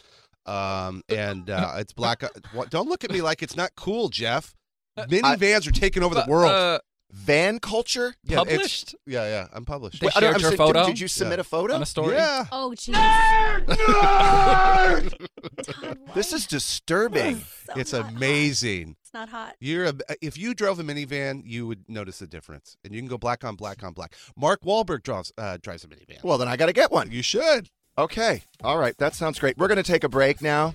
Speaker 6: Um,
Speaker 4: [laughs]
Speaker 6: and uh, it's black. what, don't look at me like it's not cool, Jeff. Minivans are taking over the
Speaker 4: Uh, But,
Speaker 6: world.
Speaker 4: uh,
Speaker 3: Van culture?
Speaker 6: Yeah, it's-
Speaker 4: Published?
Speaker 6: Yeah, yeah. I'm published.
Speaker 4: They
Speaker 3: I don't
Speaker 4: shared your
Speaker 3: understand. Did-
Speaker 4: photo.
Speaker 3: Did, you submit
Speaker 6: Yeah.
Speaker 3: a photo?
Speaker 4: On a story?
Speaker 3: Ah.
Speaker 6: Yeah.
Speaker 5: Oh, jeez. [laughs] Todd, why?
Speaker 3: This is disturbing.
Speaker 5: So
Speaker 6: It's
Speaker 5: not hot.
Speaker 6: amazing.
Speaker 5: It's not hot.
Speaker 6: You're a, if you drove a minivan, you would notice the difference, and you can go black on black on black. Mark Wahlberg drives uh, drives a minivan.
Speaker 3: Well, then I got to get one.
Speaker 6: you should.
Speaker 3: Okay. All right. That sounds great. We're going to take a break now.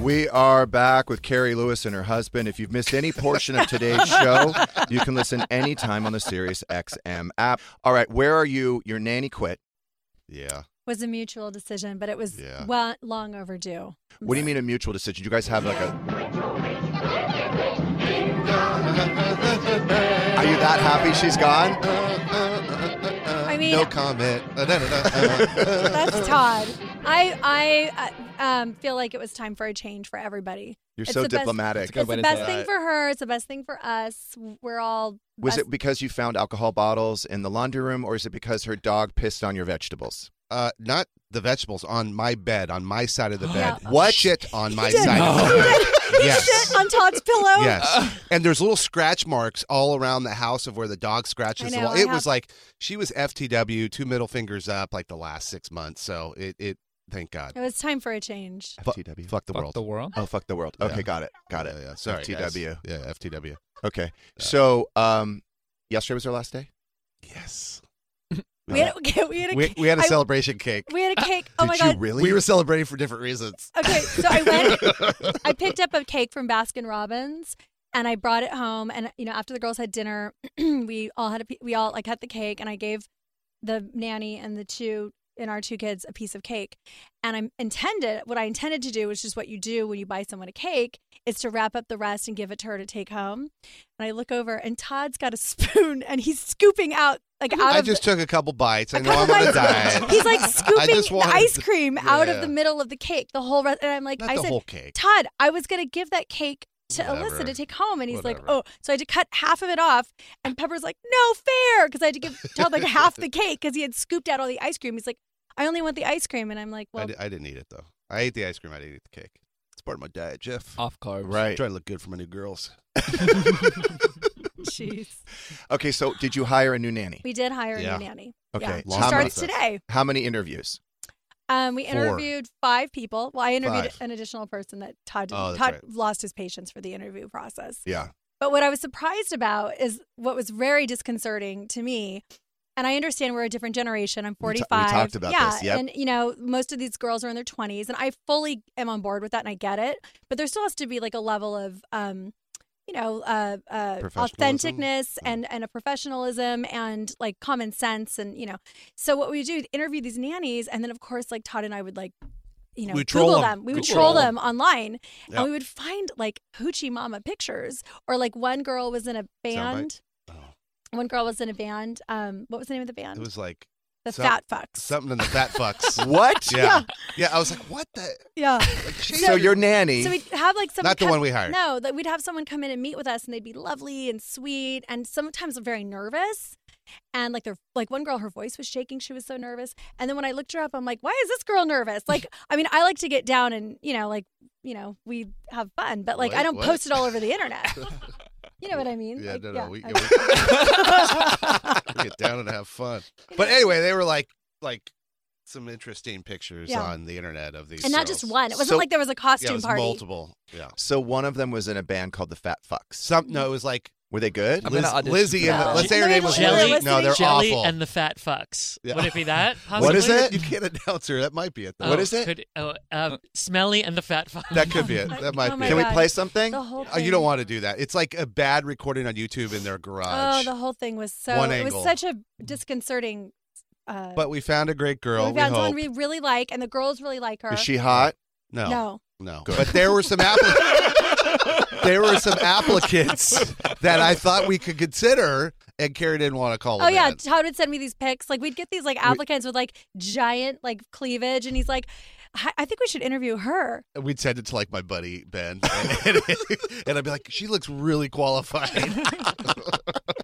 Speaker 3: We are back with Carrie Lewis and her husband. If you've missed any portion of today's show, you can listen anytime on the Sirius XM app. All right, where are you? Your nanny quit.
Speaker 6: Yeah.
Speaker 5: Was a mutual decision, but it was
Speaker 3: Yeah.
Speaker 5: well long overdue.
Speaker 3: What do you mean a mutual decision? You guys have like a. Are you that happy she's gone?
Speaker 5: I mean,
Speaker 6: Uh, no comment. [laughs]
Speaker 3: [laughs]
Speaker 5: That's Todd. I I uh, um, feel like it was time for a change for everybody.
Speaker 3: You're
Speaker 5: It's
Speaker 3: so
Speaker 5: the best-
Speaker 3: diplomatic. That's a good
Speaker 5: it's
Speaker 3: way
Speaker 5: the
Speaker 3: to
Speaker 5: best
Speaker 3: say
Speaker 5: thing
Speaker 3: it.
Speaker 5: for her. It's the best thing for us. We're all.
Speaker 3: Was
Speaker 5: best-
Speaker 3: it because you found alcohol bottles in the laundry room, or is it because her dog pissed on your vegetables?
Speaker 6: Uh, not the vegetables on my bed, on my side of the
Speaker 5: Oh, Yeah.
Speaker 6: bed. What shit on my
Speaker 5: did.
Speaker 6: side? Of the bed. yes.
Speaker 5: Shit on Todd's pillow? [laughs]
Speaker 6: Yes. And there's little scratch marks all around the house of where the dog scratches
Speaker 5: I
Speaker 6: the
Speaker 5: know,
Speaker 6: wall.
Speaker 5: I
Speaker 6: It
Speaker 5: have-
Speaker 6: was like she was FTW, two middle fingers up, like the last six months. So it, it thank God.
Speaker 5: It was time for a change.
Speaker 6: Fu-
Speaker 3: FTW.
Speaker 6: Fuck the
Speaker 4: Fuck
Speaker 6: world.
Speaker 4: the world?
Speaker 3: Oh, fuck the world.
Speaker 6: Yeah.
Speaker 3: Okay, got it. Got it.
Speaker 6: Yeah, yeah. Sorry, guys.
Speaker 3: FTW.
Speaker 6: Yeah, FTW.
Speaker 3: Okay. So, um, yesterday was her last day?
Speaker 6: Yes.
Speaker 5: We had, okay, we had a,
Speaker 6: We, we had a
Speaker 5: I-
Speaker 6: celebration cake.
Speaker 5: we had a cake. Oh my
Speaker 3: Did you
Speaker 5: god.
Speaker 3: really?
Speaker 6: We were celebrating for different reasons. [laughs]
Speaker 5: Okay, so I went. I picked up a cake from Baskin Robbins, and I brought it home. And you know, after the girls had dinner, [clears throat] we all had a, pi- we all like cut the cake, and I gave the nanny and the two and our two kids a piece of cake. And I'm intended what I intended to do, which is what you do when you buy someone a cake, is to wrap up the rest and give it to her to take home. And I look over, and Todd's got a [laughs] spoon, and he's scooping out like out
Speaker 6: I
Speaker 5: of the-
Speaker 6: just took a couple bites. I
Speaker 5: [laughs]
Speaker 6: know I'm gonna die.
Speaker 5: Oh He's like
Speaker 6: I
Speaker 5: scooping
Speaker 6: just
Speaker 5: the
Speaker 6: wanted
Speaker 5: ice
Speaker 6: to-
Speaker 5: cream out of
Speaker 6: Yeah.
Speaker 5: the middle of the cake, the whole rest. And I'm like,
Speaker 6: Not
Speaker 5: I
Speaker 6: the
Speaker 5: said,
Speaker 6: whole cake.
Speaker 5: Todd, I was gonna give that cake to
Speaker 6: Whatever.
Speaker 5: Alyssa to take home, and he's like, oh,
Speaker 6: Whatever.
Speaker 5: so I had to cut half of it off. And Pepper's like, no fair, because I had to give Todd like half the cake because he had scooped out all the ice cream. He's like, I only want the ice cream, and I'm like,
Speaker 6: I,
Speaker 5: well,
Speaker 6: di- I didn't eat it though. I ate the ice cream. I didn't eat the cake. It's part of my diet, Jeff.
Speaker 4: Off carbs.
Speaker 6: Right. Trying to look good for my new girls.
Speaker 5: jeez,
Speaker 6: [laughs]
Speaker 3: Okay, so did you hire a new nanny?
Speaker 5: we did hire
Speaker 3: Yeah.
Speaker 5: a new nanny. yeah.
Speaker 3: Okay,
Speaker 5: she
Speaker 3: how many-
Speaker 5: starts today.
Speaker 3: How many interviews?
Speaker 5: Um, we
Speaker 3: Four.
Speaker 5: interviewed five people. Well, I interviewed
Speaker 3: Five.
Speaker 5: an additional person that Todd didn't.
Speaker 3: Oh, that's
Speaker 5: Todd
Speaker 3: right.
Speaker 5: lost his patience for the interview process.
Speaker 3: Yeah.
Speaker 5: But what I was surprised about is what was very disconcerting to me. And I understand we're a different generation. I'm
Speaker 3: We ta- we
Speaker 5: 45.
Speaker 3: talked about
Speaker 5: yeah,
Speaker 3: this, yep.
Speaker 5: And, you know, most of these girls are in their 20s, and I fully am on board with that, and I get it. But there still has to be like a level of, um, you know, uh, uh,
Speaker 8: Professionalism?
Speaker 5: authenticness and, and a professionalism and like common sense. And, you know, so what we do is interview these nannies. And then, of course, like Todd and I would like, you know,
Speaker 8: We'd troll
Speaker 5: Google
Speaker 8: them.
Speaker 5: them. We would
Speaker 8: Google
Speaker 5: troll
Speaker 8: them.
Speaker 5: them online
Speaker 8: Yeah.
Speaker 5: and we would find like hoochie mama pictures or like one girl was in a
Speaker 6: right?
Speaker 5: band one girl was in a band um what was the name of the band
Speaker 6: Oh. It was like
Speaker 5: The
Speaker 6: some-
Speaker 5: Fat Fucks.
Speaker 6: Something in the fat fucks.
Speaker 3: what?
Speaker 6: Yeah. yeah. I was like, what the?
Speaker 5: yeah
Speaker 3: So your nanny-
Speaker 5: so we'd have like someone
Speaker 6: Not the
Speaker 5: come-
Speaker 6: one we hired.
Speaker 5: no that we'd have someone come in and meet with us and they'd be lovely and sweet and sometimes very nervous and like their like one girl her voice was shaking she was so nervous and then when i looked her up i'm like why is this girl nervous
Speaker 6: [laughs]
Speaker 5: like i mean i like to get down and you know like you know we have fun but like
Speaker 6: What?
Speaker 5: i don't
Speaker 6: What?
Speaker 5: post it all over the
Speaker 6: [laughs]
Speaker 5: internet you know what i mean
Speaker 6: Yeah,
Speaker 5: Like,
Speaker 6: no, no. We,
Speaker 5: I- [laughs]
Speaker 6: yeah, [laughs] we- we get down and have fun. But anyway, they were like, like some interesting pictures
Speaker 5: Yeah.
Speaker 6: on the internet of these.
Speaker 5: And not just
Speaker 6: girls.
Speaker 5: one. It wasn't
Speaker 3: So-
Speaker 5: like there was a
Speaker 6: yeah,
Speaker 5: costume
Speaker 6: it was
Speaker 5: party.
Speaker 6: multiple. Yeah.
Speaker 3: So one of them was in a band called the Fat Fucks.
Speaker 6: Some no, it was like
Speaker 3: were they good?
Speaker 6: I'm gonna Liz- audition Lizzie for and that. the- let's say her name was
Speaker 7: Jelly,
Speaker 6: Lizzie. No, they're
Speaker 7: Jelly
Speaker 6: awful.
Speaker 7: and the Fat Fucks.
Speaker 6: Yeah.
Speaker 7: Would it be that? Possibly?
Speaker 6: [laughs] What is it? You can't announce her. That might be it. Though.
Speaker 7: Oh, Could, oh, um, Smelly and the Fat Fucks.
Speaker 6: That could
Speaker 5: [laughs]
Speaker 6: be it. That might
Speaker 7: Oh
Speaker 6: be.
Speaker 7: my
Speaker 6: it.
Speaker 7: Can we God. play something? The whole
Speaker 6: Oh, you
Speaker 7: thing.
Speaker 6: don't want to do that. It's like a bad recording on YouTube in their garage.
Speaker 5: Oh, the whole thing was so.
Speaker 6: One
Speaker 5: it was
Speaker 6: angle. Mm-hmm.
Speaker 5: such a disconcerting. Uh,
Speaker 6: but we found a great girl.
Speaker 5: we found someone
Speaker 6: hope.
Speaker 5: we really like, and the girls really like her.
Speaker 6: Is she hot? No.
Speaker 5: No.
Speaker 6: No. But there were some
Speaker 3: [laughs]
Speaker 6: appli- there were some applicants that I thought we could consider, and Carrie didn't want to call.
Speaker 5: Oh
Speaker 6: them
Speaker 5: yeah,
Speaker 6: in.
Speaker 5: Todd would send me these pics. Like we'd get these like applicants with like giant like cleavage, and he's like, "I I think we should interview her."
Speaker 6: And we'd send it to like my buddy Ben, [laughs] and, and I'd be like, "She looks really qualified."
Speaker 5: [laughs]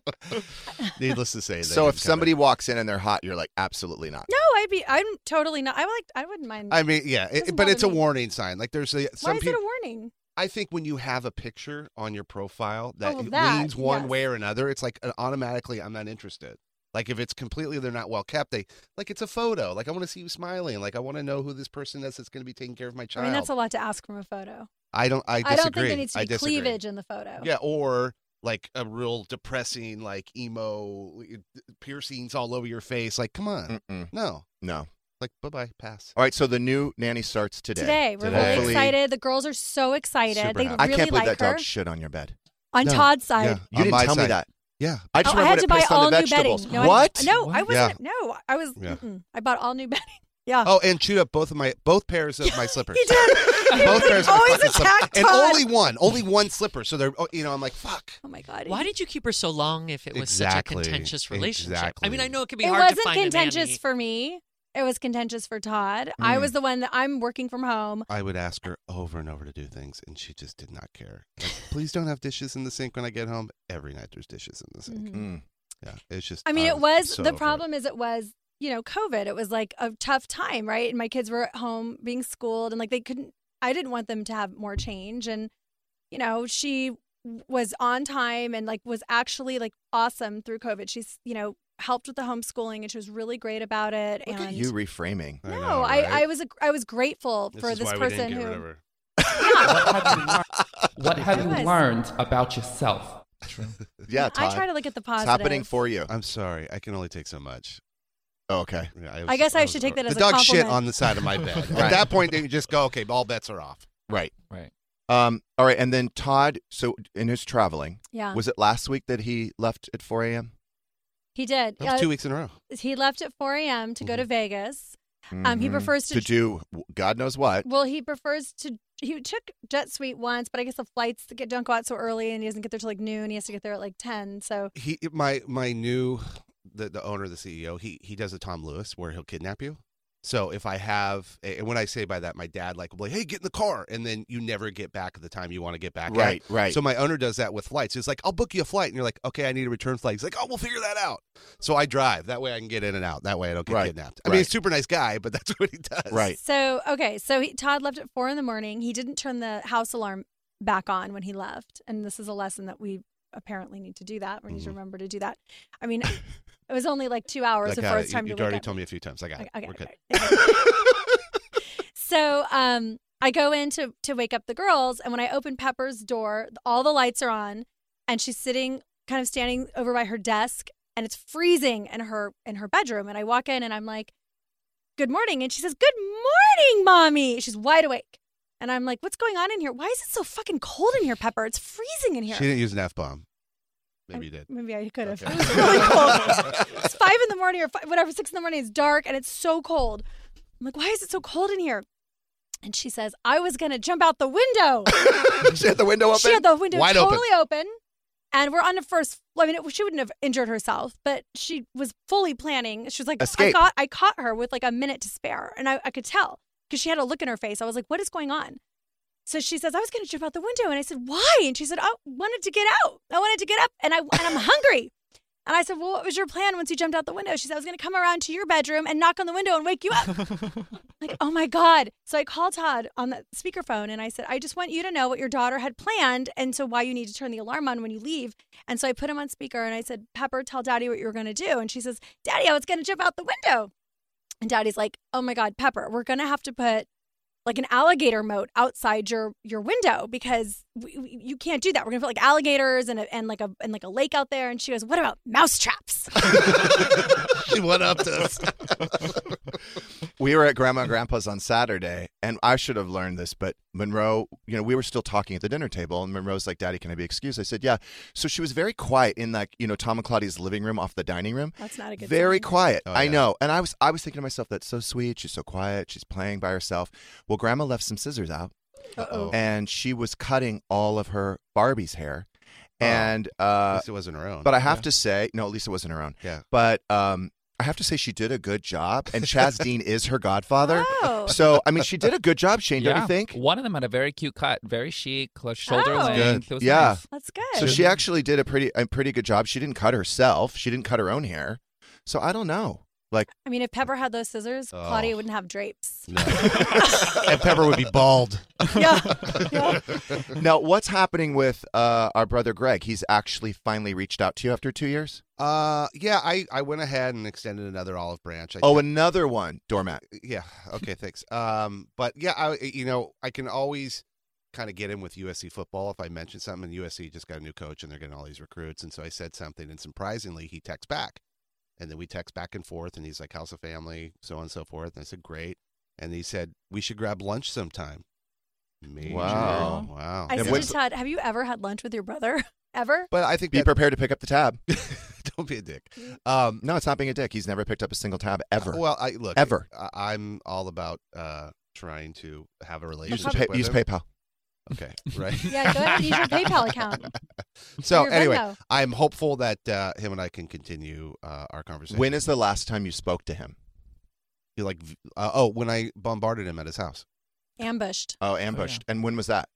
Speaker 6: Needless to say, they
Speaker 3: So if
Speaker 6: didn't come
Speaker 3: somebody walks in and they're hot, you're like, absolutely not.
Speaker 5: No, I'd be. I'm totally not. I would like. I wouldn't mind.
Speaker 6: in. I mean, yeah, it-
Speaker 5: Doesn't
Speaker 6: but
Speaker 5: bother
Speaker 6: it's a
Speaker 5: me.
Speaker 6: warning sign. Like there's a, some
Speaker 5: Why is
Speaker 6: people.
Speaker 5: it a warning?
Speaker 6: I think when you have a picture on your profile that,
Speaker 5: well,
Speaker 6: it
Speaker 5: Oh, that,
Speaker 6: leans one
Speaker 5: yes.
Speaker 6: way or another, it's like an automatically I'm not interested. Like if it's completely they're not well kept, they like it's a photo. Like I want to see you smiling. Like I want to know who this person is that's going to be taking care of my
Speaker 5: I
Speaker 6: child.
Speaker 5: mean, that's a lot to ask from a photo.
Speaker 6: I don't. I disagree.
Speaker 5: don't think there needs to
Speaker 6: I
Speaker 5: be
Speaker 6: disagree.
Speaker 5: cleavage in the photo.
Speaker 6: Yeah, or like a real depressing, like emo uh, piercings all over your face. Like, come on,
Speaker 3: Mm-mm.
Speaker 6: no,
Speaker 3: No.
Speaker 6: like bye bye, pass.
Speaker 3: All right, so the new nanny starts today.
Speaker 5: Today, we're really
Speaker 3: Hopefully-
Speaker 5: excited. The girls are so excited.
Speaker 6: Super
Speaker 5: they
Speaker 6: happy.
Speaker 5: really
Speaker 3: I can't believe
Speaker 5: like
Speaker 3: that
Speaker 5: her.
Speaker 3: dog shit on your bed.
Speaker 5: On
Speaker 6: No.
Speaker 5: Todd's side.
Speaker 3: You didn't tell me that.
Speaker 6: Yeah,
Speaker 3: I just
Speaker 5: oh, I
Speaker 3: remember
Speaker 5: had
Speaker 3: it
Speaker 5: to buy
Speaker 3: pissed on
Speaker 5: all
Speaker 3: the
Speaker 5: new bedding.
Speaker 3: vegetables.
Speaker 5: No, I-
Speaker 3: what?
Speaker 5: no, I wasn't.
Speaker 6: Yeah.
Speaker 5: No, I was.
Speaker 6: Yeah.
Speaker 5: mm-mm. I bought all new bedding. Yeah.
Speaker 6: Oh, and chewed up both of my both pairs of my slippers.
Speaker 5: He did. He was
Speaker 6: both
Speaker 5: like,
Speaker 6: pairs of my
Speaker 5: always
Speaker 6: fucking slippers.
Speaker 5: attack
Speaker 6: and
Speaker 5: Todd.
Speaker 6: only one, only one slipper. So they're, oh, you know, I'm like, fuck.
Speaker 5: Oh my god.
Speaker 7: Why did you keep her so long if it was
Speaker 6: Exactly.
Speaker 7: such a contentious relationship? I mean,
Speaker 6: Exactly.
Speaker 7: I
Speaker 6: [laughs]
Speaker 7: know it can be
Speaker 5: It
Speaker 7: hard to
Speaker 5: wasn't
Speaker 7: find a nanny.
Speaker 5: contentious for me. It was contentious for Todd. I
Speaker 6: Mm.
Speaker 5: was the one that I'm working from home.
Speaker 6: I would ask her over and over to do things, and she just did not care. Like, Please don't have dishes in the sink when I get home. Every night there's dishes in the sink.
Speaker 3: Mhm.
Speaker 6: Yeah, it's just.
Speaker 5: Mm-hmm. I mean, it
Speaker 6: I'm
Speaker 5: was
Speaker 6: so
Speaker 5: the
Speaker 6: over it.
Speaker 5: problem is it was you know COVID. It was like a tough time, right? And my kids were at home being schooled, and like they couldn't. I didn't want them to have more change, and you know she was on time and like was actually like awesome through COVID. She's you know helped with the homeschooling, and she was really great about it.
Speaker 3: Look
Speaker 5: and
Speaker 3: at you reframing.
Speaker 5: No, I, I was a, I was grateful for this person who [laughs]
Speaker 4: What have
Speaker 5: Yes.
Speaker 4: you learned about yourself?
Speaker 6: [laughs]
Speaker 3: Yeah,
Speaker 5: I try to look at the positive.
Speaker 3: for you.
Speaker 6: I'm sorry, I can only take so much.
Speaker 3: Oh, okay.
Speaker 6: Yeah,
Speaker 5: I guess I should take that
Speaker 6: the
Speaker 5: as a
Speaker 6: dog shit
Speaker 5: compliment.
Speaker 3: [laughs]
Speaker 6: on the side of my bed. At
Speaker 3: Right.
Speaker 6: that point, they just go, okay, all bets are off.
Speaker 3: Right.
Speaker 4: Right.
Speaker 3: Um, all right, and then Todd. So in his traveling,
Speaker 5: Yeah.
Speaker 3: was it last week that he left at 4 a.m.?
Speaker 5: He did. Uh,
Speaker 3: That was two weeks in a row.
Speaker 5: He left at 4 a.m. to go to Vegas. Um, he
Speaker 3: Mhm.
Speaker 5: prefers to,
Speaker 3: to do God knows what.
Speaker 5: Well, he prefers to. He took jet suite once, but I guess the flights get don't go out so early, and he doesn't get there till like noon. He has to get there at like ten. So
Speaker 6: He my my new the, the owner, the CEO, he he does a Tom Lewis where he'll kidnap you. So if I have and when I say by that, my dad like will be like, Hey, get in the car and then you never get back at the time you want to get back at.
Speaker 3: Right, right.
Speaker 6: So my owner does that with flights. He's like, I'll book you a flight and you're like, Okay, I need a return flight. He's like, Oh, we'll figure that out. So I drive. That way I can get in and out. That way I don't get kidnapped. I mean he's a super nice guy, but [laughs] that's what he does.
Speaker 3: Right.
Speaker 5: So okay, so he, Todd left at four in the morning. He didn't turn the house alarm back on when he left, and this is a lesson that we apparently need to do that. We need to
Speaker 6: Mhm.
Speaker 5: remember to do that. I mean, it was only like two hours
Speaker 6: I
Speaker 5: the
Speaker 6: got
Speaker 5: first
Speaker 6: it.
Speaker 5: time
Speaker 6: uh, You,
Speaker 5: you
Speaker 6: have
Speaker 5: wake
Speaker 6: already
Speaker 5: up.
Speaker 6: told me a few times. I got
Speaker 5: Okay,
Speaker 6: it.
Speaker 5: okay,
Speaker 6: We're good.
Speaker 5: So um, I go in to, to wake up the girls, and when I open Pepper's door, all the lights are on, and she's sitting, kind of standing over by her desk, and it's freezing in her in her bedroom. And I walk in, and I'm like, "Good morning," and she says, "Good morning, mommy." She's wide awake, and I'm like, "What's going on in here? Why is it so fucking cold in here, Pepper? It's freezing in here."
Speaker 6: She didn't use an F bomb. Maybe
Speaker 5: [laughs]
Speaker 6: you did. [laughs]
Speaker 5: Maybe I could have. It was [laughs] really cold. it's five in the morning or five, whatever, six in the morning. It's dark and it's so cold. I'm like, why is it so cold in here? And she says, I was going to jump out the window.
Speaker 3: [laughs] she had the window open.
Speaker 5: she had the window
Speaker 3: Wide
Speaker 5: totally
Speaker 3: open.
Speaker 5: open. And we're on the first. I mean, it, she wouldn't have injured herself, but she was fully planning. She was like, I
Speaker 3: Escape.
Speaker 5: got, I caught her with like a minute to spare, and I, I could tell because she had a look in her face. I was like, what is going on? So she says, I was going to jump out the window, and I said, why? And she said, I wanted to get out. I wanted to get up, and I and
Speaker 3: [laughs]
Speaker 5: I'm hungry. And I said, well, what was your plan once you jumped out the window? She said, I was going to come around to your bedroom and knock on the window and wake you up. like, oh my God. So I called Todd on the speakerphone and I said, I just want you to know what your daughter had planned and so why you need to turn the alarm on when you leave. And so I put him on speaker and I said, Pepper, tell daddy what you were going to do. And she says, Daddy, I was going to jump out the window. And daddy's like, oh my God, Pepper, we're going to have to put like an alligator moat outside your your window because we, we- you can't do that. We're gonna put like alligators and a, and like a and like a lake out there. And she goes, "What about mouse traps?"
Speaker 6: she went up to us.
Speaker 3: we were at grandma and grandpa's on saturday and i should have learned this but monroe you know we were still talking at the dinner table and monroe's like daddy can i be excused i said yeah so she was very quiet in like you know tom and claudia's living room off the dining room
Speaker 5: That's not a good.
Speaker 3: very
Speaker 5: sign.
Speaker 3: quiet
Speaker 6: Oh,
Speaker 3: i
Speaker 6: yeah.
Speaker 3: know and i was i was thinking to myself that's so sweet she's so quiet she's playing by herself well grandma left some scissors out
Speaker 5: Uh-oh.
Speaker 3: and she was cutting all of her barbie's hair
Speaker 6: Oh.
Speaker 3: and uh,
Speaker 6: At least it wasn't her own.
Speaker 3: But I have
Speaker 6: Yeah.
Speaker 3: to say, no, at least it wasn't her own.
Speaker 6: Yeah.
Speaker 3: But um, I have to say, she did a good job,
Speaker 6: [laughs]
Speaker 3: and Chaz Dean is her godfather.
Speaker 5: Oh.
Speaker 3: So I mean, she did a good job, Shane. Don't you think?
Speaker 8: One of them had a very cute cut, very chic, close shoulder
Speaker 5: Oh. That's
Speaker 8: length.
Speaker 3: good.
Speaker 8: It was
Speaker 3: Yeah.
Speaker 8: nice.
Speaker 5: That's good.
Speaker 3: So she actually did a pretty a pretty good job. She didn't cut herself. She didn't cut her own hair. So I don't know. Like
Speaker 5: I mean, if Pepper had those scissors,
Speaker 3: Oh.
Speaker 5: Claudia wouldn't have drapes.
Speaker 6: [laughs] and Pepper would be bald.
Speaker 5: [laughs] Yeah.
Speaker 3: now, what's happening with uh, our brother Greg? He's actually finally reached out to you after two years.
Speaker 6: Uh, yeah, I, I went ahead and extended another olive branch. I
Speaker 3: oh,
Speaker 6: kept-
Speaker 3: another one, doormat.
Speaker 6: yeah. Okay, thanks. Um, but yeah, I you know I can always kind of get in with USC football if I mention something. And USC just got a new coach and they're getting all these recruits, and so I said something, and surprisingly, he texts back, and then we text back and forth, and he's like, "How's the family?" So on and so forth. And I said, "Great," and he said, "We should grab lunch sometime." Major.
Speaker 3: Wow.
Speaker 6: Wow.
Speaker 5: I said to Todd, "Have you ever had lunch with your brother? [laughs] Ever?"
Speaker 6: But I think
Speaker 3: Be
Speaker 6: that-
Speaker 3: prepared to pick up the tab.
Speaker 6: [laughs] Don't be a dick.
Speaker 3: Um, no, it's not being a dick. He's never picked up a single tab ever.
Speaker 6: Well, I look
Speaker 3: ever.
Speaker 6: I, I'm all about uh, trying to have a
Speaker 3: Use,
Speaker 6: relationship.
Speaker 3: the pay,
Speaker 6: with
Speaker 3: use
Speaker 6: him.
Speaker 3: PayPal.
Speaker 6: Okay,
Speaker 5: [laughs]
Speaker 6: right.
Speaker 5: Yeah, go ahead and use your PayPal account.
Speaker 6: [laughs] So
Speaker 5: Your
Speaker 6: anyway,
Speaker 5: Venmo.
Speaker 6: I'm hopeful that uh, him and I can continue uh, our conversation.
Speaker 3: When is the last time you spoke to him?
Speaker 6: You like? v- Uh, oh, when I bombarded him at his house.
Speaker 5: Ambushed.
Speaker 3: Oh, ambushed. And when was that?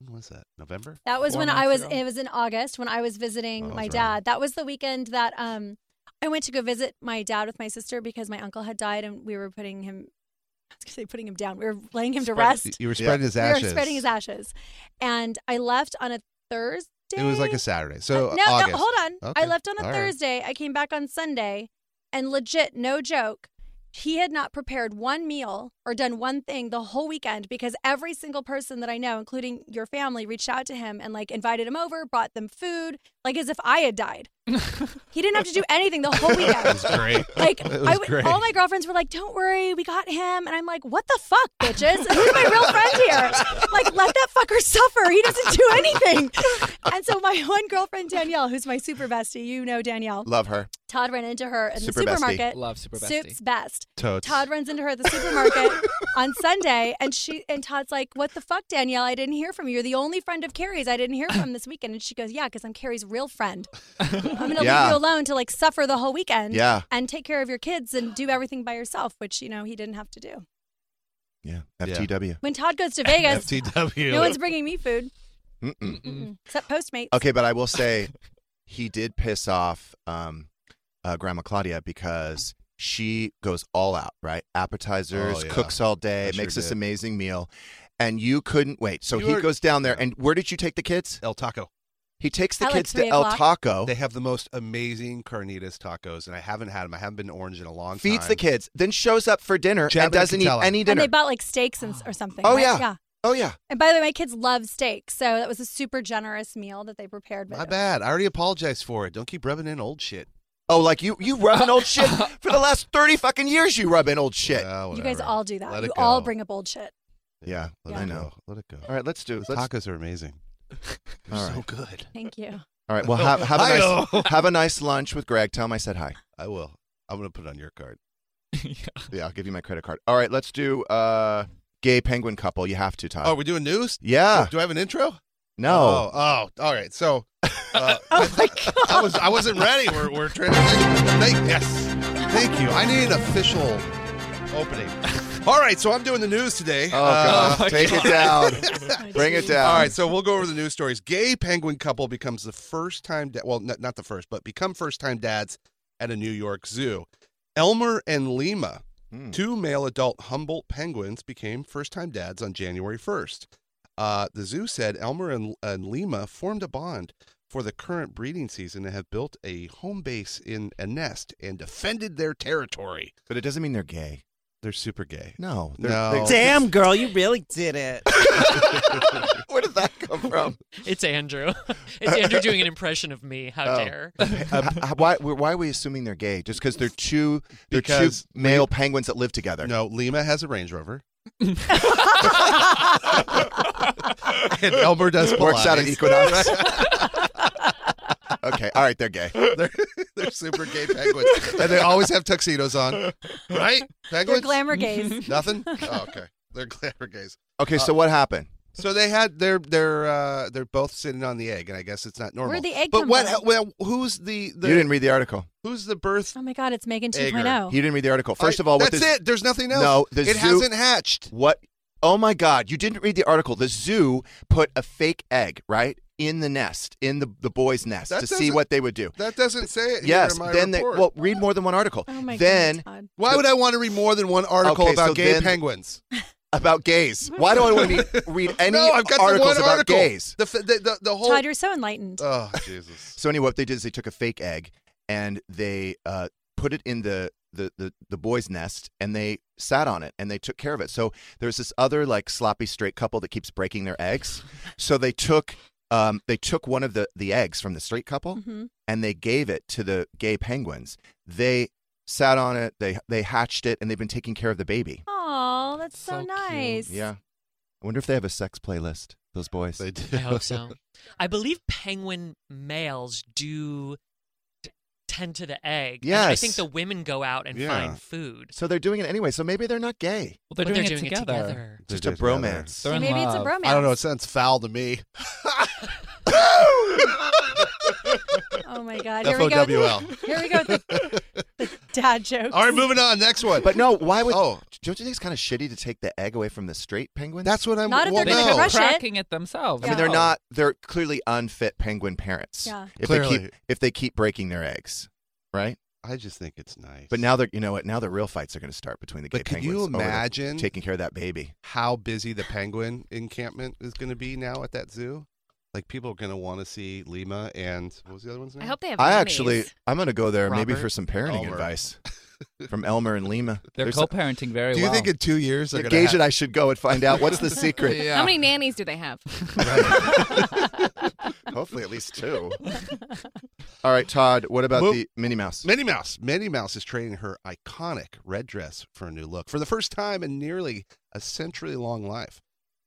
Speaker 6: When was that? November.
Speaker 5: That was
Speaker 6: Four
Speaker 5: when I was.
Speaker 6: months ago.
Speaker 5: It was in August when I was visiting
Speaker 6: Oh,
Speaker 5: my
Speaker 6: that's
Speaker 5: dad.
Speaker 6: right.
Speaker 5: That was the weekend that um, I went to go visit my dad with my sister because my uncle had died and we were putting him. I was gonna say putting him down. We were laying him to
Speaker 6: Spread-
Speaker 5: rest.
Speaker 6: you were spreading his
Speaker 5: We were
Speaker 6: ashes.
Speaker 5: spreading his ashes, and I left on a Thursday.
Speaker 6: It was like a Saturday. So
Speaker 5: Uh, no,
Speaker 6: August.
Speaker 5: no, hold on. I
Speaker 6: Okay.
Speaker 5: left on a
Speaker 6: All right.
Speaker 5: Thursday. I came back on Sunday, and legit, no joke, he had not prepared one meal or done one thing the whole weekend because every single person that I know, including your family, reached out to him and like invited him over, brought them food, like as if I had died. He didn't have to do anything the
Speaker 6: [laughs]
Speaker 3: [laughs]
Speaker 5: whole weekend.
Speaker 9: It was great.
Speaker 5: [laughs]
Speaker 10: [laughs]
Speaker 5: Like
Speaker 9: It was
Speaker 5: I would,
Speaker 9: great.
Speaker 5: all my girlfriends were like, "Don't worry, we got him," and I'm like, "What the fuck, bitches? Who's my real friend here? Like, let that fucker suffer. He doesn't do anything." And so my [laughs] one girlfriend Danielle, who's my super bestie, you know Danielle.
Speaker 3: Love her.
Speaker 5: Todd ran into her in
Speaker 3: Super
Speaker 5: the
Speaker 3: bestie.
Speaker 5: supermarket.
Speaker 3: Love super bestie.
Speaker 5: Soup's best.
Speaker 3: Totes.
Speaker 5: Todd runs into her at the
Speaker 3: [laughs]
Speaker 5: supermarket on Sunday, and she and Todd's like, "What the fuck, Danielle? I didn't hear from you. You're the only friend of Carrie's I didn't hear from this weekend." And she goes, "Yeah, because I'm Carrie's real friend. I'm gonna
Speaker 3: Yeah.
Speaker 5: leave you alone to like suffer the whole weekend,
Speaker 3: Yeah.
Speaker 5: and take care of your kids and do everything by yourself, which you know he didn't have to do.
Speaker 3: Yeah. FTW.
Speaker 5: When Todd
Speaker 3: [laughs]
Speaker 5: goes to Vegas,
Speaker 3: FTW.
Speaker 5: no one's bringing me food
Speaker 3: Mm-mm.
Speaker 5: except Postmates.
Speaker 3: Okay, but I will say he did piss off um, uh, Grandma Claudia because she goes all out, right? Appetizers,
Speaker 6: Oh, yeah.
Speaker 3: cooks all day,
Speaker 6: I sure
Speaker 3: makes this
Speaker 6: did.
Speaker 3: amazing meal, and you couldn't wait. So
Speaker 6: You
Speaker 3: he
Speaker 6: were-
Speaker 3: goes down there, and where did you take the kids?
Speaker 6: El Taco.
Speaker 3: He takes the
Speaker 6: At, like,
Speaker 3: kids to
Speaker 6: three
Speaker 3: El
Speaker 6: o'clock.
Speaker 3: Taco,
Speaker 6: They have the most amazing carnitas tacos, and I haven't had them. I haven't been to orange in a long time.
Speaker 3: feeds the kids, then shows up for dinner
Speaker 6: Jabba
Speaker 3: and doesn't eat
Speaker 6: Catella.
Speaker 3: any
Speaker 5: and
Speaker 3: dinner.
Speaker 5: they bought like steaks and, or something.
Speaker 3: Oh,
Speaker 5: right?
Speaker 3: yeah.
Speaker 5: yeah.
Speaker 3: oh yeah,
Speaker 5: And by the way, my kids love steak, so that was a super generous meal that they prepared.
Speaker 6: My bad. I already apologized for it. Don't keep rubbing in old shit.
Speaker 3: Oh, like you you rub in
Speaker 6: [laughs]
Speaker 3: old shit for the last thirty fucking years. You rub in old shit.
Speaker 5: You guys all do that.
Speaker 3: Let
Speaker 5: you
Speaker 3: it
Speaker 5: all
Speaker 3: go.
Speaker 5: bring up old shit.
Speaker 3: yeah,
Speaker 5: Yeah.
Speaker 3: I know.
Speaker 6: Let it go.
Speaker 3: All right, let's do. Let's,
Speaker 6: Tacos are amazing.
Speaker 3: all right.
Speaker 6: So good.
Speaker 5: Thank you.
Speaker 3: All right. Well, have, have, a
Speaker 6: Hi-yo.
Speaker 3: nice, have a nice lunch with Greg. Tell him I said hi.
Speaker 6: I will. I'm gonna put it on your card.
Speaker 3: Yeah, I'll give you my credit card. All right, let's do uh, gay penguin couple. You have to, Todd.
Speaker 6: Oh, we're doing news.
Speaker 3: Yeah.
Speaker 6: Oh, do I have an intro?
Speaker 3: no.
Speaker 6: Oh, oh all right.
Speaker 3: [laughs]
Speaker 6: So. Uh, oh my god! I was I wasn't ready. We're we're transitioning. Thank, yes, thank you. I need an official opening. All right, so I'm doing the news today.
Speaker 3: Oh, God. Take
Speaker 6: [laughs]
Speaker 3: it down. Bring it down.
Speaker 6: All right, so we'll go over the news stories. Gay penguin couple becomes the first time, da- well, not, not the first, but become first time dads at a New York zoo. Elmer and Lima,
Speaker 3: Hmm.
Speaker 6: two male adult Humboldt penguins, became first time dads on January 1st. Uh, the zoo said Elmer and, and Lima formed a bond for the current breeding season and have built a home base in a nest and defended their territory.
Speaker 3: But it doesn't mean they're gay.
Speaker 6: They're super gay.
Speaker 3: No. they're-
Speaker 6: No.
Speaker 11: Damn, girl, you really did it.
Speaker 3: [laughs] Where did that come from?
Speaker 7: It's Andrew. [laughs] It's Andrew doing an impression of me. How
Speaker 3: Oh.
Speaker 7: dare?
Speaker 3: Uh, h- why, why are we assuming they're gay? Just because they're two, they're
Speaker 6: Because
Speaker 3: two male penguins that live together.
Speaker 6: No, Lima has a Range Rover. [laughs] and Elmer does Pilates.
Speaker 3: Works out
Speaker 6: [laughs]
Speaker 3: at Equinox. okay, all right, they're gay.
Speaker 6: they're, they're super gay penguins, and they always have tuxedos on, right? Penguins.
Speaker 5: glamour gays.
Speaker 6: [laughs] Nothing. Oh, okay, they're glamour gays.
Speaker 3: Okay,
Speaker 6: Uh,
Speaker 3: so what happened?
Speaker 6: So they had they're they're uh, they're both sitting on the egg, and I guess it's not normal.
Speaker 5: Where'd the egg
Speaker 6: But
Speaker 5: come
Speaker 6: what?
Speaker 5: from?
Speaker 6: Well, who's the, the
Speaker 3: you didn't read the article.
Speaker 6: who's the birth?
Speaker 5: Oh my God, it's Megan
Speaker 6: Egger.
Speaker 5: 2.0.
Speaker 3: You didn't read the article. First of all, what
Speaker 6: That's
Speaker 3: this-
Speaker 6: it. There's nothing else.
Speaker 3: No, the
Speaker 6: it
Speaker 3: zoo-
Speaker 6: hasn't hatched.
Speaker 3: What? Oh my God! You didn't read the article. The zoo put a fake egg right in the nest, in the the boy's nest,
Speaker 6: That
Speaker 3: to see
Speaker 6: doesn't-
Speaker 3: what they would do.
Speaker 6: That doesn't say it.
Speaker 3: yes.
Speaker 6: Here in my
Speaker 3: then they,
Speaker 6: report.
Speaker 3: well, read more than one article.
Speaker 5: Oh my God,
Speaker 3: then
Speaker 5: Todd.
Speaker 6: Why would I want to read more than one article
Speaker 3: Okay,
Speaker 6: about
Speaker 3: so
Speaker 6: gay
Speaker 3: then-
Speaker 6: penguins?
Speaker 3: [laughs] about gays? Why do I want to be, read
Speaker 6: [laughs]
Speaker 3: any
Speaker 6: no, I've got the
Speaker 3: articles
Speaker 6: one
Speaker 3: about
Speaker 6: article.
Speaker 3: gays?
Speaker 6: The, f- the, the, the whole.
Speaker 5: Todd, you're so enlightened.
Speaker 3: [laughs]
Speaker 6: Oh Jesus!
Speaker 3: So anyway, what they did is they took a fake egg and they uh, put it in the, the the the boy's nest, and they sat on it and they took care of it. So there's this other like sloppy straight couple that keeps breaking their eggs. So they took um, they took one of the the eggs from the straight couple
Speaker 5: Mhm.
Speaker 3: and they gave it to the gay penguins. They sat on it, they they hatched it, and they've been taking care of the baby.
Speaker 5: Oh, that's so,
Speaker 6: [laughs]
Speaker 5: nice.
Speaker 3: Yeah. I wonder if they have a sex playlist. Those boys. [laughs] They
Speaker 6: do.
Speaker 7: I hope so. I believe penguin males do t- tend to the egg. and I
Speaker 3: Yes.
Speaker 7: think the women go out and
Speaker 3: Yeah.
Speaker 7: find food.
Speaker 3: So they're doing it anyway. So maybe they're not gay.
Speaker 7: Well,
Speaker 8: they're
Speaker 7: but
Speaker 8: doing it together.
Speaker 7: together.
Speaker 3: Just
Speaker 6: They're
Speaker 3: a
Speaker 6: together.
Speaker 3: bromance.
Speaker 8: They're in
Speaker 5: Maybe it's a
Speaker 8: love.
Speaker 5: bromance.
Speaker 6: I don't know. It sounds foul to me.
Speaker 5: Oh my God. Here we go. with the-
Speaker 6: FOWL.
Speaker 5: [laughs] Here we go. with The, the dad jokes.
Speaker 6: All right, moving on. Next one.
Speaker 3: But no, why would?
Speaker 6: Oh.
Speaker 3: don't you think it's kind of shitty to take the egg away from the straight penguins?
Speaker 6: That's what I'm.
Speaker 5: Not if
Speaker 6: well,
Speaker 5: they're gonna
Speaker 6: no.
Speaker 5: crush it.
Speaker 8: Cracking it themselves.
Speaker 3: I mean, they're not. They're clearly unfit penguin parents.
Speaker 5: Yeah.
Speaker 3: If they
Speaker 6: Clearly.
Speaker 3: keep if they keep breaking their eggs, right?
Speaker 6: I just think it's nice.
Speaker 3: But now they're you know what? Now the real fights are going to start between the gay
Speaker 6: But could
Speaker 3: penguins.
Speaker 6: you
Speaker 3: over the-
Speaker 6: imagine-
Speaker 3: taking care of that baby?
Speaker 6: how busy the penguin encampment is going to be now at that zoo? Like people are going to want to see Lima and what was the other one's name?
Speaker 12: I hope they have.
Speaker 3: I
Speaker 12: nannies.
Speaker 3: actually I'm going to go there maybe
Speaker 8: Robert?
Speaker 3: for some parenting
Speaker 6: Elmer.
Speaker 3: advice [laughs] from Elmer and
Speaker 6: [laughs]
Speaker 3: Lima.
Speaker 8: They're
Speaker 3: There's a-
Speaker 8: co-parenting very
Speaker 6: Do you
Speaker 8: well.
Speaker 6: think in two years they're
Speaker 3: the
Speaker 6: going
Speaker 3: gauge
Speaker 6: to
Speaker 3: that I
Speaker 6: [laughs]
Speaker 3: should go and find out what's the secret.
Speaker 5: [laughs]
Speaker 12: How many nannies do they have?
Speaker 3: [laughs] Hopefully, at
Speaker 12: [laughs]
Speaker 3: least two. [laughs] All right, Todd. What about
Speaker 6: Mo-
Speaker 3: the Minnie Mouse?
Speaker 6: Minnie Mouse. Minnie Mouse is trading her iconic red dress for a new look. For the first time in nearly a century long life,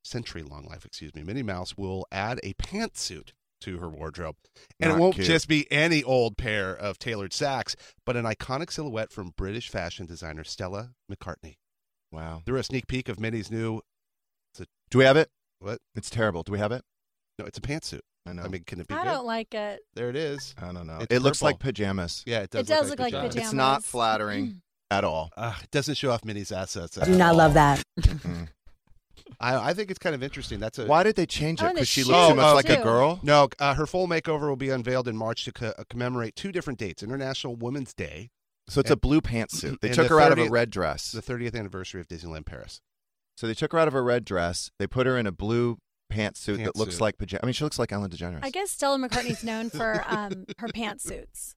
Speaker 6: century long life, excuse me, Minnie Mouse will add a pantsuit to her wardrobe. And
Speaker 3: Not
Speaker 6: it won't
Speaker 3: cute.
Speaker 6: just be any old pair of tailored sacks, but an iconic silhouette from British fashion designer Stella McCartney.
Speaker 3: Wow.
Speaker 6: Through a sneak peek of Minnie's new. it's a-
Speaker 3: Do we have it?
Speaker 6: What?
Speaker 3: It's terrible. Do we have it?
Speaker 6: No, it's a pantsuit.
Speaker 3: I know.
Speaker 6: I mean, can it be
Speaker 5: I
Speaker 6: good?
Speaker 5: don't like it.
Speaker 6: There it is.
Speaker 3: I don't know.
Speaker 6: It's
Speaker 3: it looks like
Speaker 6: purple.
Speaker 3: pajamas.
Speaker 6: Yeah, it does.
Speaker 5: It does look like pajamas.
Speaker 3: It's not flattering at all.
Speaker 6: Uh, it doesn't show off Minnie's assets. at
Speaker 3: Do not
Speaker 6: all.
Speaker 3: love that.
Speaker 6: [laughs] I, I think it's kind of interesting. That's a
Speaker 3: Why did they change
Speaker 5: Oh,
Speaker 3: it?
Speaker 5: and the
Speaker 3: Because she
Speaker 5: shoes,
Speaker 3: looks too much like a
Speaker 5: too.
Speaker 3: girl.
Speaker 6: No, uh, her full makeover will be unveiled in March to co- uh, commemorate two different dates: International Women's Day.
Speaker 3: So it's a blue pantsuit. They
Speaker 6: and
Speaker 3: took
Speaker 6: the
Speaker 3: her out of a
Speaker 6: 30th
Speaker 3: red dress.
Speaker 6: The 30th anniversary of Disneyland Paris.
Speaker 3: So they took her out of a red dress. They put her in a blue pantsuit that looks
Speaker 6: Pantsuit.
Speaker 3: like pajamas. I mean, she looks like Ellen DeGeneres.
Speaker 5: I guess Stella McCartney's known for um, her
Speaker 6: [laughs]
Speaker 5: pantsuits.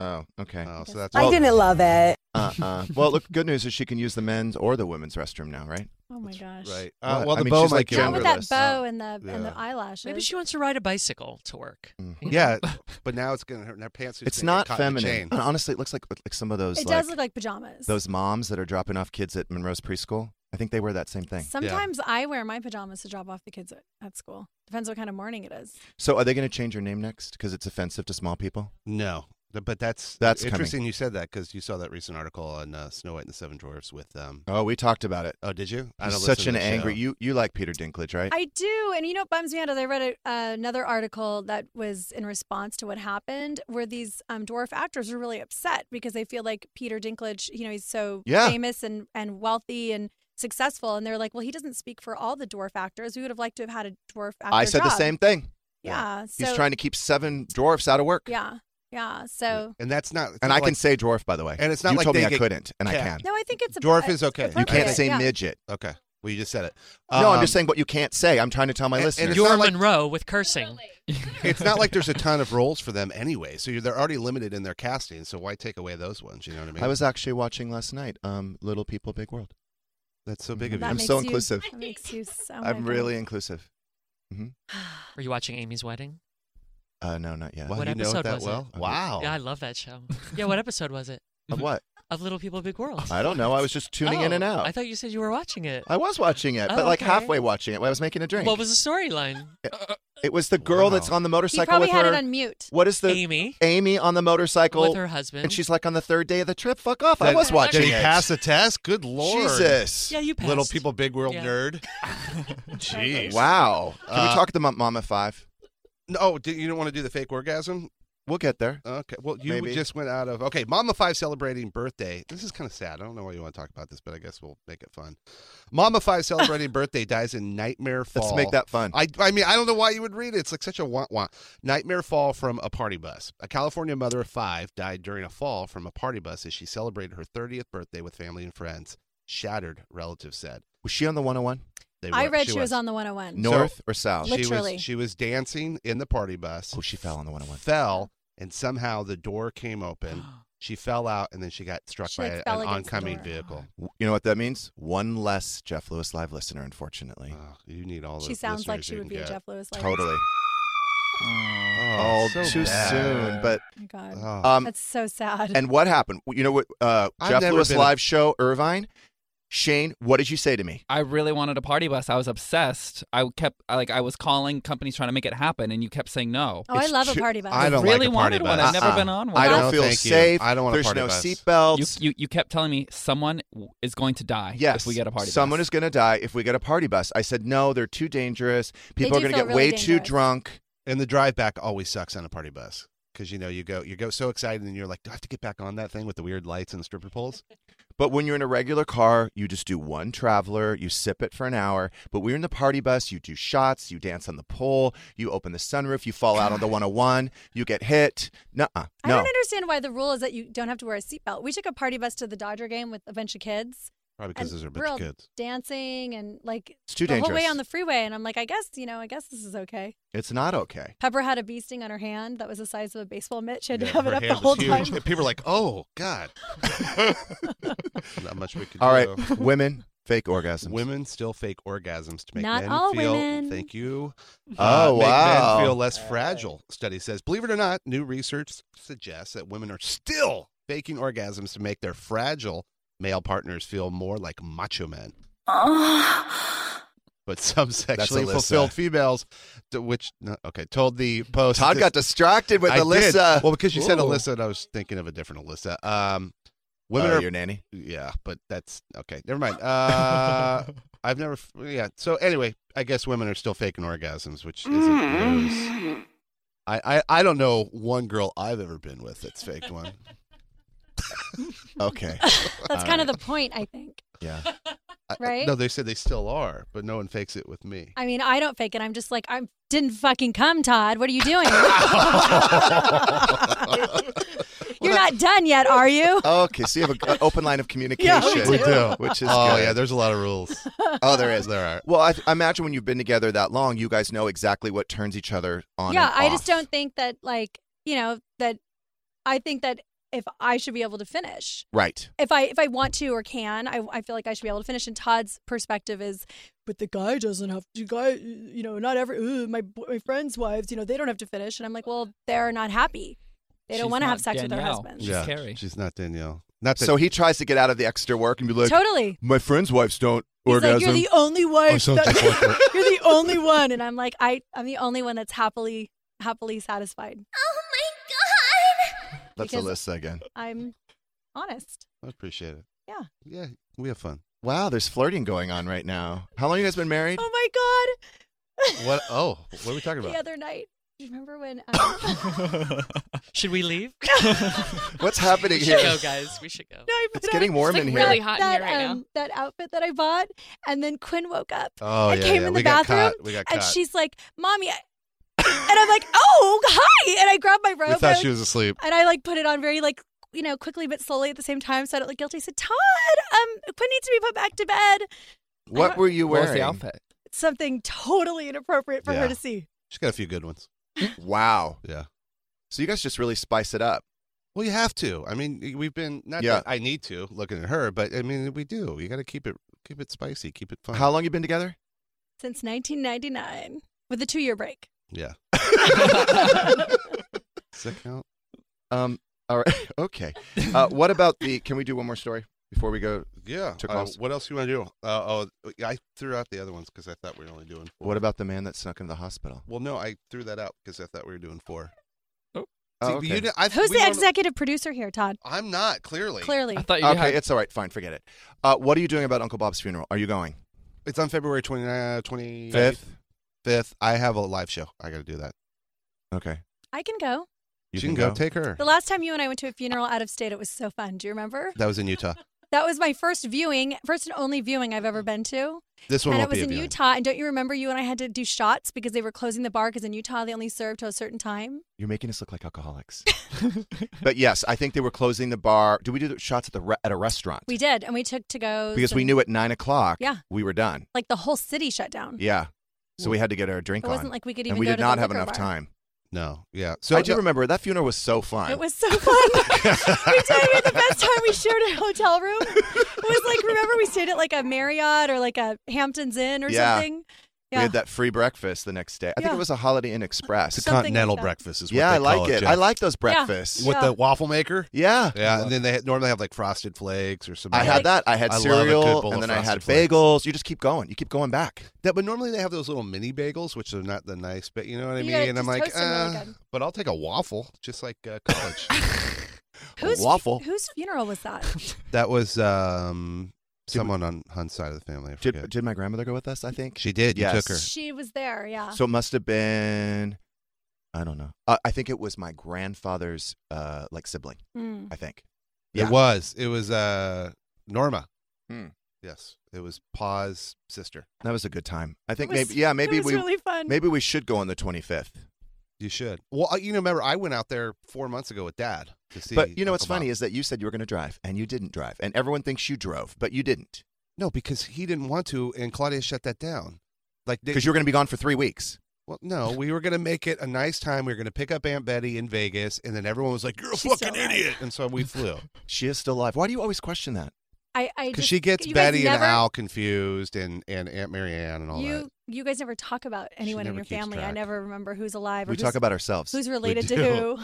Speaker 3: oh, okay.
Speaker 6: Oh, so that's
Speaker 3: I didn't
Speaker 9: love it.
Speaker 3: Uh,
Speaker 6: [laughs]
Speaker 3: uh. Well, look, good news is she can use the men's or the women's restroom now, right?
Speaker 5: Oh my gosh.
Speaker 6: right. Uh,
Speaker 3: What?
Speaker 6: well,
Speaker 3: I
Speaker 6: the
Speaker 3: mean,
Speaker 6: bow
Speaker 3: she's
Speaker 6: might
Speaker 3: like
Speaker 6: give her
Speaker 5: Not with that
Speaker 3: genderless.
Speaker 5: bow and the Mm-hmm. and the
Speaker 6: Yeah.
Speaker 5: eyelashes.
Speaker 7: Maybe she wants to ride a bicycle to work.
Speaker 6: Yeah, but now it's gonna her, her pantsuit.
Speaker 3: It's not feminine. [laughs] And honestly, it looks like like some of those
Speaker 5: it
Speaker 3: like,
Speaker 5: does look like pajamas.
Speaker 3: those moms that are dropping off kids at Monroe's preschool. I think they wear that same thing.
Speaker 5: Sometimes I wear my pajamas to drop off the kids at, at school. Depends what kind of morning it is.
Speaker 3: So are they going to change your name next because it's offensive to small people?
Speaker 6: No, th- but that's
Speaker 3: That's coming.
Speaker 6: interesting. You said that because you saw that recent article on uh, Snow White and the Seven Dwarfs with um.
Speaker 3: Oh, we talked about it.
Speaker 6: Oh, did you?
Speaker 3: He's
Speaker 6: listen
Speaker 3: such
Speaker 6: to
Speaker 3: an
Speaker 6: the show.
Speaker 3: angry. You you like Peter Dinklage, right?
Speaker 5: I do, and you know what bums me out is I read a, uh, another article that was in response to what happened, where these um, dwarf actors are really upset because they feel like Peter Dinklage, you know, he's so
Speaker 3: Yeah.
Speaker 5: famous and and wealthy and successful, and they're like, well, he doesn't speak for all the dwarf actors. We would have liked to have had a dwarf actor.
Speaker 3: I said the
Speaker 5: job."
Speaker 3: same thing.
Speaker 5: Yeah.
Speaker 3: He's
Speaker 5: so-
Speaker 3: trying to keep seven dwarfs out of work.
Speaker 5: Yeah. Yeah. So.
Speaker 6: And that's not. it's
Speaker 3: And
Speaker 6: not
Speaker 3: I can
Speaker 6: like-
Speaker 3: say dwarf, by the way.
Speaker 6: And it's not
Speaker 3: you
Speaker 6: like
Speaker 3: told
Speaker 6: they
Speaker 3: me I
Speaker 6: get-
Speaker 3: couldn't, and I
Speaker 6: Yeah.
Speaker 3: can.
Speaker 5: No, I think it's a
Speaker 6: Dwarf is okay.
Speaker 3: You can't say
Speaker 5: yeah.
Speaker 3: midget.
Speaker 6: Okay. Well, you just said it.
Speaker 3: No, I'm
Speaker 6: Um, [laughs]
Speaker 3: just saying what you can't say. I'm trying to tell my
Speaker 6: and- and
Speaker 3: listeners.
Speaker 6: it's not
Speaker 7: You're
Speaker 6: like-
Speaker 7: Monroe with cursing. [laughs]
Speaker 6: it's not like there's a ton of roles for them anyway, so you're, they're already limited in their casting. So why take away those ones? You know what I mean?
Speaker 3: I was actually watching last night. Um, Little People, Big World.
Speaker 6: That's so big
Speaker 5: Mm-hmm.
Speaker 6: of
Speaker 5: That
Speaker 6: you.
Speaker 3: I'm
Speaker 5: makes
Speaker 3: so
Speaker 5: you-
Speaker 3: inclusive.
Speaker 5: That makes you [laughs] so.
Speaker 3: I'm
Speaker 5: my
Speaker 3: really
Speaker 5: God.
Speaker 3: inclusive. hmm
Speaker 7: Were you watching Amy's wedding?
Speaker 3: Uh, no, not yet.
Speaker 6: Wow,
Speaker 7: what
Speaker 6: you know
Speaker 7: episode
Speaker 6: it that
Speaker 7: was
Speaker 6: well?
Speaker 7: it?
Speaker 6: Wow.
Speaker 7: Yeah, I love that show. Yeah, what episode was it?
Speaker 3: Oh, Of what?
Speaker 7: [laughs] Of Little People, Big World.
Speaker 3: [laughs] I don't know. I was just tuning in
Speaker 7: Oh,
Speaker 3: and out.
Speaker 7: I thought you said you were watching it.
Speaker 3: I was watching it,
Speaker 7: Oh,
Speaker 3: but like
Speaker 7: okay.
Speaker 3: halfway watching it, I was making a drink.
Speaker 7: What was the storyline?
Speaker 3: It was the girl
Speaker 6: Wow.
Speaker 3: that's on the
Speaker 5: He
Speaker 3: motorcycle
Speaker 5: probably
Speaker 3: with
Speaker 5: had
Speaker 3: her.
Speaker 5: it on mute.
Speaker 3: What is the
Speaker 7: Amy
Speaker 3: Amy on the motorcycle
Speaker 7: with her husband.
Speaker 3: and she's like on the third day of the trip. Fuck off! I
Speaker 6: Did-
Speaker 3: was watching
Speaker 6: Did he
Speaker 3: it.
Speaker 6: pass the test? Good lord.
Speaker 3: Jesus.
Speaker 7: yeah, you passed.
Speaker 6: Little people, big world
Speaker 7: Yeah.
Speaker 6: nerd. [laughs] Jeez.
Speaker 3: Wow. Can we
Speaker 6: Uh,
Speaker 3: talk to Mom, Mama Five?
Speaker 6: No, do, you don't want to do the fake orgasm?
Speaker 3: We'll get there.
Speaker 6: Okay. Well, you
Speaker 3: Maybe.
Speaker 6: just went out of. Okay. Mama Five celebrating birthday. This is kind of sad. I don't know why you want to talk about this, but I guess we'll make it fun. Mama
Speaker 3: [laughs]
Speaker 6: Five celebrating birthday dies in Nightmare Fall.
Speaker 3: Let's make that fun.
Speaker 6: I, I mean, I don't know why you would read it. It's like such a want want. Nightmare fall from a party bus. A California mother of five died during a fall from a party bus as she celebrated her 30th birthday with family and friends. Shattered, relatives said.
Speaker 3: was she on the 101?
Speaker 6: They
Speaker 5: I
Speaker 6: were-
Speaker 5: read she, was. on the 101.
Speaker 3: North or south?
Speaker 5: Lit-
Speaker 6: She
Speaker 5: Literally.
Speaker 6: was, she was dancing in the party bus,
Speaker 3: oh, she fell on the 101.
Speaker 6: fell, and somehow the door
Speaker 5: [gasps]
Speaker 6: came open. She fell out, and then she got struck
Speaker 5: She,
Speaker 6: by
Speaker 5: like,
Speaker 6: a-
Speaker 5: fell
Speaker 6: an
Speaker 5: against the
Speaker 6: oncoming
Speaker 5: door.
Speaker 6: vehicle.
Speaker 3: You know what that means? One less Jeff Lewis live listener, unfortunately.
Speaker 6: Oh, you need all the
Speaker 5: She sounds like
Speaker 6: listeners
Speaker 5: she
Speaker 6: you
Speaker 5: would
Speaker 6: can
Speaker 5: be a
Speaker 6: get.
Speaker 5: Jeff Lewis. Like,
Speaker 3: Totally.
Speaker 6: Oh,
Speaker 3: Oh,
Speaker 6: so
Speaker 3: too
Speaker 6: bad.
Speaker 3: soon. But
Speaker 5: Oh my God.
Speaker 6: Oh.
Speaker 3: um,
Speaker 5: That's so sad.
Speaker 3: and what happened? You know what? Uh,
Speaker 6: I've
Speaker 3: Jeff
Speaker 6: never
Speaker 3: Lewis
Speaker 6: been a-
Speaker 3: live show, Irvine. Shane, what did you say to me?
Speaker 8: I really wanted a party bus. I was obsessed. I kept I, like I was calling companies trying to make it happen, and you kept saying no.
Speaker 5: oh, I
Speaker 3: it's
Speaker 5: love a
Speaker 3: too-
Speaker 5: party bus.
Speaker 6: I don't
Speaker 8: really
Speaker 6: like a party
Speaker 8: wanted
Speaker 6: bus.
Speaker 8: one. I've never
Speaker 3: Uh-uh.
Speaker 8: been on one.
Speaker 3: I don't
Speaker 6: No,
Speaker 3: feel
Speaker 6: thank you.
Speaker 3: safe.
Speaker 6: I don't want a
Speaker 3: There's
Speaker 6: party
Speaker 3: no
Speaker 6: bus.
Speaker 8: You,
Speaker 3: seatbelts.
Speaker 8: you you kept telling me someone w- is going to die
Speaker 3: Yes,
Speaker 8: if we get a party.
Speaker 3: someone
Speaker 8: bus.
Speaker 3: is going to die if we get a party bus. I said no, they're [gasps] too dangerous. People are
Speaker 5: do
Speaker 3: going to
Speaker 5: feel
Speaker 3: get way
Speaker 5: really
Speaker 3: too
Speaker 5: dangerous.
Speaker 3: drunk.
Speaker 6: And the drive back always sucks on a party bus because you know you go you go so excited and you're like, do I have to get back on that thing with the weird lights and
Speaker 5: [laughs]
Speaker 6: the stripper poles?
Speaker 3: But when you're in a regular car, you just do one traveler, you sip it for an hour. But we're in the party bus, you do shots, you dance on the pole, you open the sunroof, you fall out
Speaker 6: [laughs]
Speaker 3: on the 101, you get hit. Nuh uh.
Speaker 5: I
Speaker 3: No.
Speaker 5: don't understand why the rule is that you don't have to wear a seatbelt. We took a party bus to the Dodger game with a bunch of kids.
Speaker 6: Probably because
Speaker 5: and
Speaker 6: those are a
Speaker 5: we're
Speaker 6: bunch
Speaker 5: all
Speaker 6: of kids.
Speaker 5: dancing and like
Speaker 3: It's too
Speaker 5: the whole way
Speaker 3: dangerous.
Speaker 5: on the freeway. And I'm like, I guess you know, I guess this is okay.
Speaker 3: It's not okay.
Speaker 5: Pepper had a bee sting on her hand that was the size of a baseball mitt. She had
Speaker 6: Yeah,
Speaker 5: to have
Speaker 6: her
Speaker 5: it up the
Speaker 6: hand was
Speaker 5: whole
Speaker 6: [laughs] huge.
Speaker 5: time.
Speaker 6: And people are like, oh god, [laughs] not much we could.
Speaker 3: All
Speaker 6: do.
Speaker 3: right, women, Fake orgasms.
Speaker 6: Women still fake orgasms to make
Speaker 5: Not
Speaker 6: men
Speaker 5: all
Speaker 6: feel.
Speaker 5: women.
Speaker 6: Thank
Speaker 3: [laughs]
Speaker 6: you. Uh,
Speaker 3: Oh,
Speaker 6: make
Speaker 3: wow.
Speaker 6: men feel less fragile. Study says, believe it or not, new research suggests that women are still faking orgasms to make their fragile male partners feel more like macho men. But some sexually
Speaker 3: Alyssa.
Speaker 6: fulfilled females, to which no, okay, told the post.
Speaker 3: Todd got distracted with
Speaker 6: I did.
Speaker 3: Alyssa.
Speaker 6: Well, because you said
Speaker 3: Ooh.
Speaker 6: Alyssa, and I was thinking of a different Alyssa. Um, women
Speaker 3: Oh,
Speaker 6: are
Speaker 3: your nanny?
Speaker 6: Yeah, but that's okay. Never mind. Uh, I've never. f- Yeah. So anyway, I guess women are still faking orgasms, which isn't news. I, I I don't know one girl I've ever been with that's faked
Speaker 3: [laughs]
Speaker 6: one.
Speaker 3: okay.
Speaker 5: That's kind of the point, I think.
Speaker 3: Yeah.
Speaker 5: Right?
Speaker 6: No, they said they still are, but no one fakes it with me.
Speaker 5: [laughs] I mean, I don't fake it. I'm just like, I didn't fucking come, Todd. What are you
Speaker 6: [laughs]
Speaker 5: doing? [laughs] You're not done yet, are you?
Speaker 3: Okay, so you have an open line of communication.
Speaker 6: we do.
Speaker 3: Which is
Speaker 6: oh
Speaker 3: good.
Speaker 6: yeah, there's a lot of rules.
Speaker 3: Oh, there is.
Speaker 6: There are.
Speaker 3: Well, I, I imagine when you've been together that long, you guys know exactly what turns each other on.
Speaker 5: yeah,
Speaker 3: and
Speaker 5: I just
Speaker 3: off.
Speaker 5: don't think that, like, you know, that I think that if I should be able to finish,
Speaker 3: Right.
Speaker 5: if I if I want to or can, I, I feel like I should be able to finish. And Todd's perspective is, but the guy doesn't have to. Guy, you know, not every ooh, my my friends' wives, you know, they don't have to finish. And I'm like, well, they're not happy. They don't
Speaker 8: She's
Speaker 5: want to
Speaker 8: not
Speaker 5: have sex with their
Speaker 8: Danielle.
Speaker 5: husband.
Speaker 8: She's
Speaker 6: yeah,
Speaker 8: Carrie.
Speaker 6: She's not Danielle. Not that
Speaker 3: So he tries to get out of the extra work and be like,
Speaker 5: Totally.
Speaker 3: My friends' wives don't
Speaker 5: He's
Speaker 3: orgasm.
Speaker 5: like, you're the
Speaker 6: Oh,
Speaker 5: only wife.
Speaker 3: something
Speaker 5: [laughs] that-
Speaker 3: like that.
Speaker 5: you're the only one, and I'm like, I, I'm the only one that's happily, happily satisfied.
Speaker 3: That's
Speaker 5: because-
Speaker 3: Alyssa again.
Speaker 5: I'm honest.
Speaker 6: I appreciate it.
Speaker 5: Yeah.
Speaker 6: Yeah, we have fun.
Speaker 3: Wow, there's flirting going on right now. How long you guys been married?
Speaker 5: Oh my
Speaker 6: What? Oh, what are we talking
Speaker 5: god!
Speaker 6: about?
Speaker 5: The other night, do you remember
Speaker 6: [laughs]
Speaker 5: when? Um,
Speaker 7: [laughs]
Speaker 5: [laughs]
Speaker 7: Should we leave?
Speaker 3: [laughs] What's happening
Speaker 7: we
Speaker 3: here?
Speaker 7: should go, guys. We should go.
Speaker 5: No, I put on
Speaker 3: It's getting warm
Speaker 7: It's,
Speaker 3: in
Speaker 7: like,
Speaker 3: here.
Speaker 7: really hot in
Speaker 5: that,
Speaker 7: here right
Speaker 5: um, that outfit that I bought, and then Quinn woke up
Speaker 6: Oh,
Speaker 5: and
Speaker 6: yeah,
Speaker 5: came
Speaker 6: yeah,
Speaker 5: in the
Speaker 6: we got
Speaker 5: bathroom,
Speaker 6: caught. We got
Speaker 5: and
Speaker 6: caught.
Speaker 5: she's like, "Mommy," I-" [laughs] and I'm like, "Oh, hi!" And I grabbed my robe,
Speaker 6: We
Speaker 5: and I,
Speaker 6: thought she was asleep.
Speaker 5: and I like put it on very like you know quickly but slowly at the same time, so I don't look guilty. I said, "Todd, um, Quinn needs to be put back to bed."
Speaker 3: What were you
Speaker 8: What
Speaker 3: wearing?
Speaker 8: was the outfit?
Speaker 5: Something totally inappropriate for
Speaker 6: Yeah.
Speaker 5: her to see.
Speaker 6: She's got a few good [gasps] ones.
Speaker 3: Wow.
Speaker 6: Yeah.
Speaker 3: So you guys just really spice it up.
Speaker 6: Well, you have to. I mean, we've been not
Speaker 3: Yeah.
Speaker 6: that I need to looking at her, but I mean, we do. You got to keep it keep it spicy, keep it fun.
Speaker 3: How long you been together?
Speaker 5: Since 1999, with a two-year
Speaker 6: [laughs]
Speaker 5: break. [laughs]
Speaker 6: Yeah. Does that count?
Speaker 3: Um. All right. [laughs] Okay. Uh, what about the? Can we do one more story before we go?
Speaker 6: Yeah.
Speaker 3: To
Speaker 6: uh,
Speaker 3: calls?
Speaker 6: what else you want to do? Uh, oh, I threw out the other ones because I thought we were only doing four.
Speaker 3: What about the man that snuck into the hospital?
Speaker 6: Well, no, I threw that out because I thought we were doing four.
Speaker 3: Oh,
Speaker 6: See, but you
Speaker 3: okay.
Speaker 6: di- I-
Speaker 5: Who's
Speaker 6: we
Speaker 5: the
Speaker 6: don't-
Speaker 5: executive producer here, Todd?
Speaker 6: I'm not clearly.
Speaker 5: Clearly,
Speaker 8: I thought you
Speaker 3: okay,
Speaker 8: had.
Speaker 3: it's all right. Fine, forget it. Uh, what are you doing about Uncle Bob's funeral? Are you going?
Speaker 6: It's on February uh, 29, 20
Speaker 3: Fifth.
Speaker 6: Fifth. I have a live show. I got to do that.
Speaker 3: Okay.
Speaker 5: I can go.
Speaker 3: You
Speaker 6: she can, go. Take her.
Speaker 3: [laughs]
Speaker 5: The last time you and I went to a funeral out of state, it was so fun. Do you remember?
Speaker 6: That was in Utah.
Speaker 5: That was my first viewing, first and only viewing I've ever been to.
Speaker 6: This one
Speaker 5: and it
Speaker 6: won't
Speaker 5: was
Speaker 6: be a
Speaker 5: in
Speaker 6: viewing.
Speaker 5: Utah. And don't you remember you and I had to do shots because they were closing the bar because in Utah they only serve to a certain time?
Speaker 3: You're making us look
Speaker 8: [laughs]
Speaker 3: like alcoholics. but yes, I think they were closing the bar. Did we do the shots at the re- at a restaurant?
Speaker 5: We did. And we took to go.
Speaker 3: because we knew at nine o'clock.
Speaker 5: Yeah.
Speaker 3: We were done.
Speaker 5: Like the whole city shut
Speaker 8: Mm.
Speaker 5: down.
Speaker 3: Yeah. So we had to get our drink
Speaker 5: It
Speaker 3: on.
Speaker 5: wasn't like we could
Speaker 3: and
Speaker 5: even
Speaker 3: we
Speaker 5: go
Speaker 3: did
Speaker 5: to the
Speaker 3: not have
Speaker 5: liquor bar.
Speaker 3: enough time.
Speaker 6: No. Yeah.
Speaker 3: So
Speaker 6: So
Speaker 3: I do
Speaker 6: no-
Speaker 3: remember that funeral was so fun.
Speaker 5: It was so
Speaker 3: [laughs]
Speaker 5: fun. [laughs] we did. We had the best time. We shared a hotel room. It was like, remember, we stayed at like a Marriott or like a Hampton's Inn or
Speaker 3: Yeah.
Speaker 5: something.
Speaker 3: We had that free breakfast the next day. I think
Speaker 5: Yeah.
Speaker 3: it was a Holiday Inn Express.
Speaker 6: It's
Speaker 5: [laughs]
Speaker 6: a
Speaker 5: Something like
Speaker 6: continental
Speaker 5: that.
Speaker 6: breakfast is what
Speaker 3: yeah,
Speaker 6: they
Speaker 3: I
Speaker 6: call
Speaker 3: like
Speaker 6: it.
Speaker 3: it.
Speaker 6: Jeff.
Speaker 3: I like those breakfasts.
Speaker 6: with
Speaker 5: Yeah.
Speaker 6: the waffle maker.
Speaker 3: Yeah.
Speaker 6: Yeah, and then they had, normally have like frosted flakes or some.
Speaker 3: I
Speaker 6: other-
Speaker 3: had that. I had
Speaker 6: I love a good
Speaker 3: cereal,
Speaker 6: bowl
Speaker 3: and
Speaker 6: of
Speaker 3: then I had
Speaker 6: Frosted Flakes.
Speaker 3: bagels. You just keep going. You keep going back.
Speaker 6: That, but normally they have those little mini bagels, which are not the nice, but you know what I
Speaker 5: You
Speaker 6: mean.
Speaker 5: gotta
Speaker 6: and I'm
Speaker 5: just
Speaker 6: like,
Speaker 5: toast them really
Speaker 6: uh,
Speaker 5: good.
Speaker 6: but I'll take a waffle, just like
Speaker 3: [laughs]
Speaker 6: uh, college.
Speaker 5: Whose,
Speaker 3: waffle.
Speaker 5: Whose funeral was
Speaker 3: [laughs]
Speaker 5: that?
Speaker 6: that was um,
Speaker 3: Did we-
Speaker 6: someone on Hunt's side of the family. I
Speaker 3: Did,
Speaker 6: forget.
Speaker 3: did my grandmother go with us? I think
Speaker 6: She did. You
Speaker 3: Yes.
Speaker 6: took her.
Speaker 5: she was there, yeah.
Speaker 3: So it must have been. I don't know. Uh, I think it was my grandfather's uh, like sibling.
Speaker 5: Mm.
Speaker 3: I think.
Speaker 6: It was. It was uh, Norma.
Speaker 3: Hmm.
Speaker 6: Yes, it was Pa's sister.
Speaker 3: That was a good time. I think
Speaker 5: It was-
Speaker 3: maybe. Yeah, maybe
Speaker 5: it was
Speaker 3: we.
Speaker 5: really fun.
Speaker 3: Maybe we should go on the twenty fifth.
Speaker 6: You should. Well, uh, you know, remember I went out there four months ago with Dad to see.
Speaker 3: But you know what's
Speaker 6: Uncle Bob.
Speaker 3: funny is that you said you were going to drive and you didn't drive, and everyone thinks you drove, but you didn't
Speaker 6: No, because he didn't want to, and Claudia shut that down. Like they-
Speaker 3: because you were going to be gone for three weeks.
Speaker 6: Well, no, we were gonna make it a nice time. We were gonna pick up Aunt Betty in Vegas, and then everyone was like, "You're a
Speaker 5: She's
Speaker 6: fucking
Speaker 5: still alive.
Speaker 3: [laughs]
Speaker 6: idiot," and so we flew.
Speaker 3: She is still alive. Why do you always question that?
Speaker 5: I, I
Speaker 6: Because
Speaker 5: just-
Speaker 6: she gets
Speaker 5: you guys
Speaker 6: Betty
Speaker 5: never,
Speaker 6: and Al confused and, and Aunt Mary Ann and all
Speaker 5: you
Speaker 6: that.
Speaker 5: you guys never talk about anyone in
Speaker 6: never
Speaker 5: your
Speaker 6: keeps
Speaker 5: family. I
Speaker 6: track.
Speaker 5: never remember who's alive. Or
Speaker 6: We
Speaker 5: who's-
Speaker 6: talk about ourselves.
Speaker 5: Who's
Speaker 6: We
Speaker 5: related to
Speaker 6: do.
Speaker 5: who?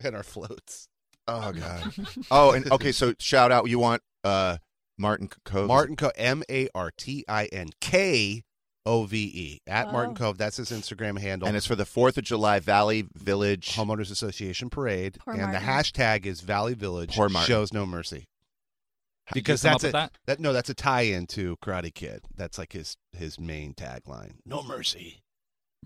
Speaker 6: [laughs] And our floats.
Speaker 3: Oh god. [laughs] oh, and okay, so shout out you want uh Martin Cove.
Speaker 6: Martin Cove, M A R T I N K O V E. At Martin
Speaker 3: Oh.
Speaker 6: Cove. That's his Instagram handle.
Speaker 3: and it's for the 4th of July Valley Village
Speaker 6: Homeowners Association Parade.
Speaker 3: Poor
Speaker 6: and the
Speaker 3: Martin.
Speaker 6: hashtag is Valley Village
Speaker 3: Poor Martin.
Speaker 6: shows no mercy.
Speaker 3: you
Speaker 6: Because
Speaker 3: come
Speaker 6: that's
Speaker 3: up
Speaker 6: a,
Speaker 3: with that?
Speaker 6: no, that's a tie-in to Karate Kid. That's like his his main tagline. No mercy.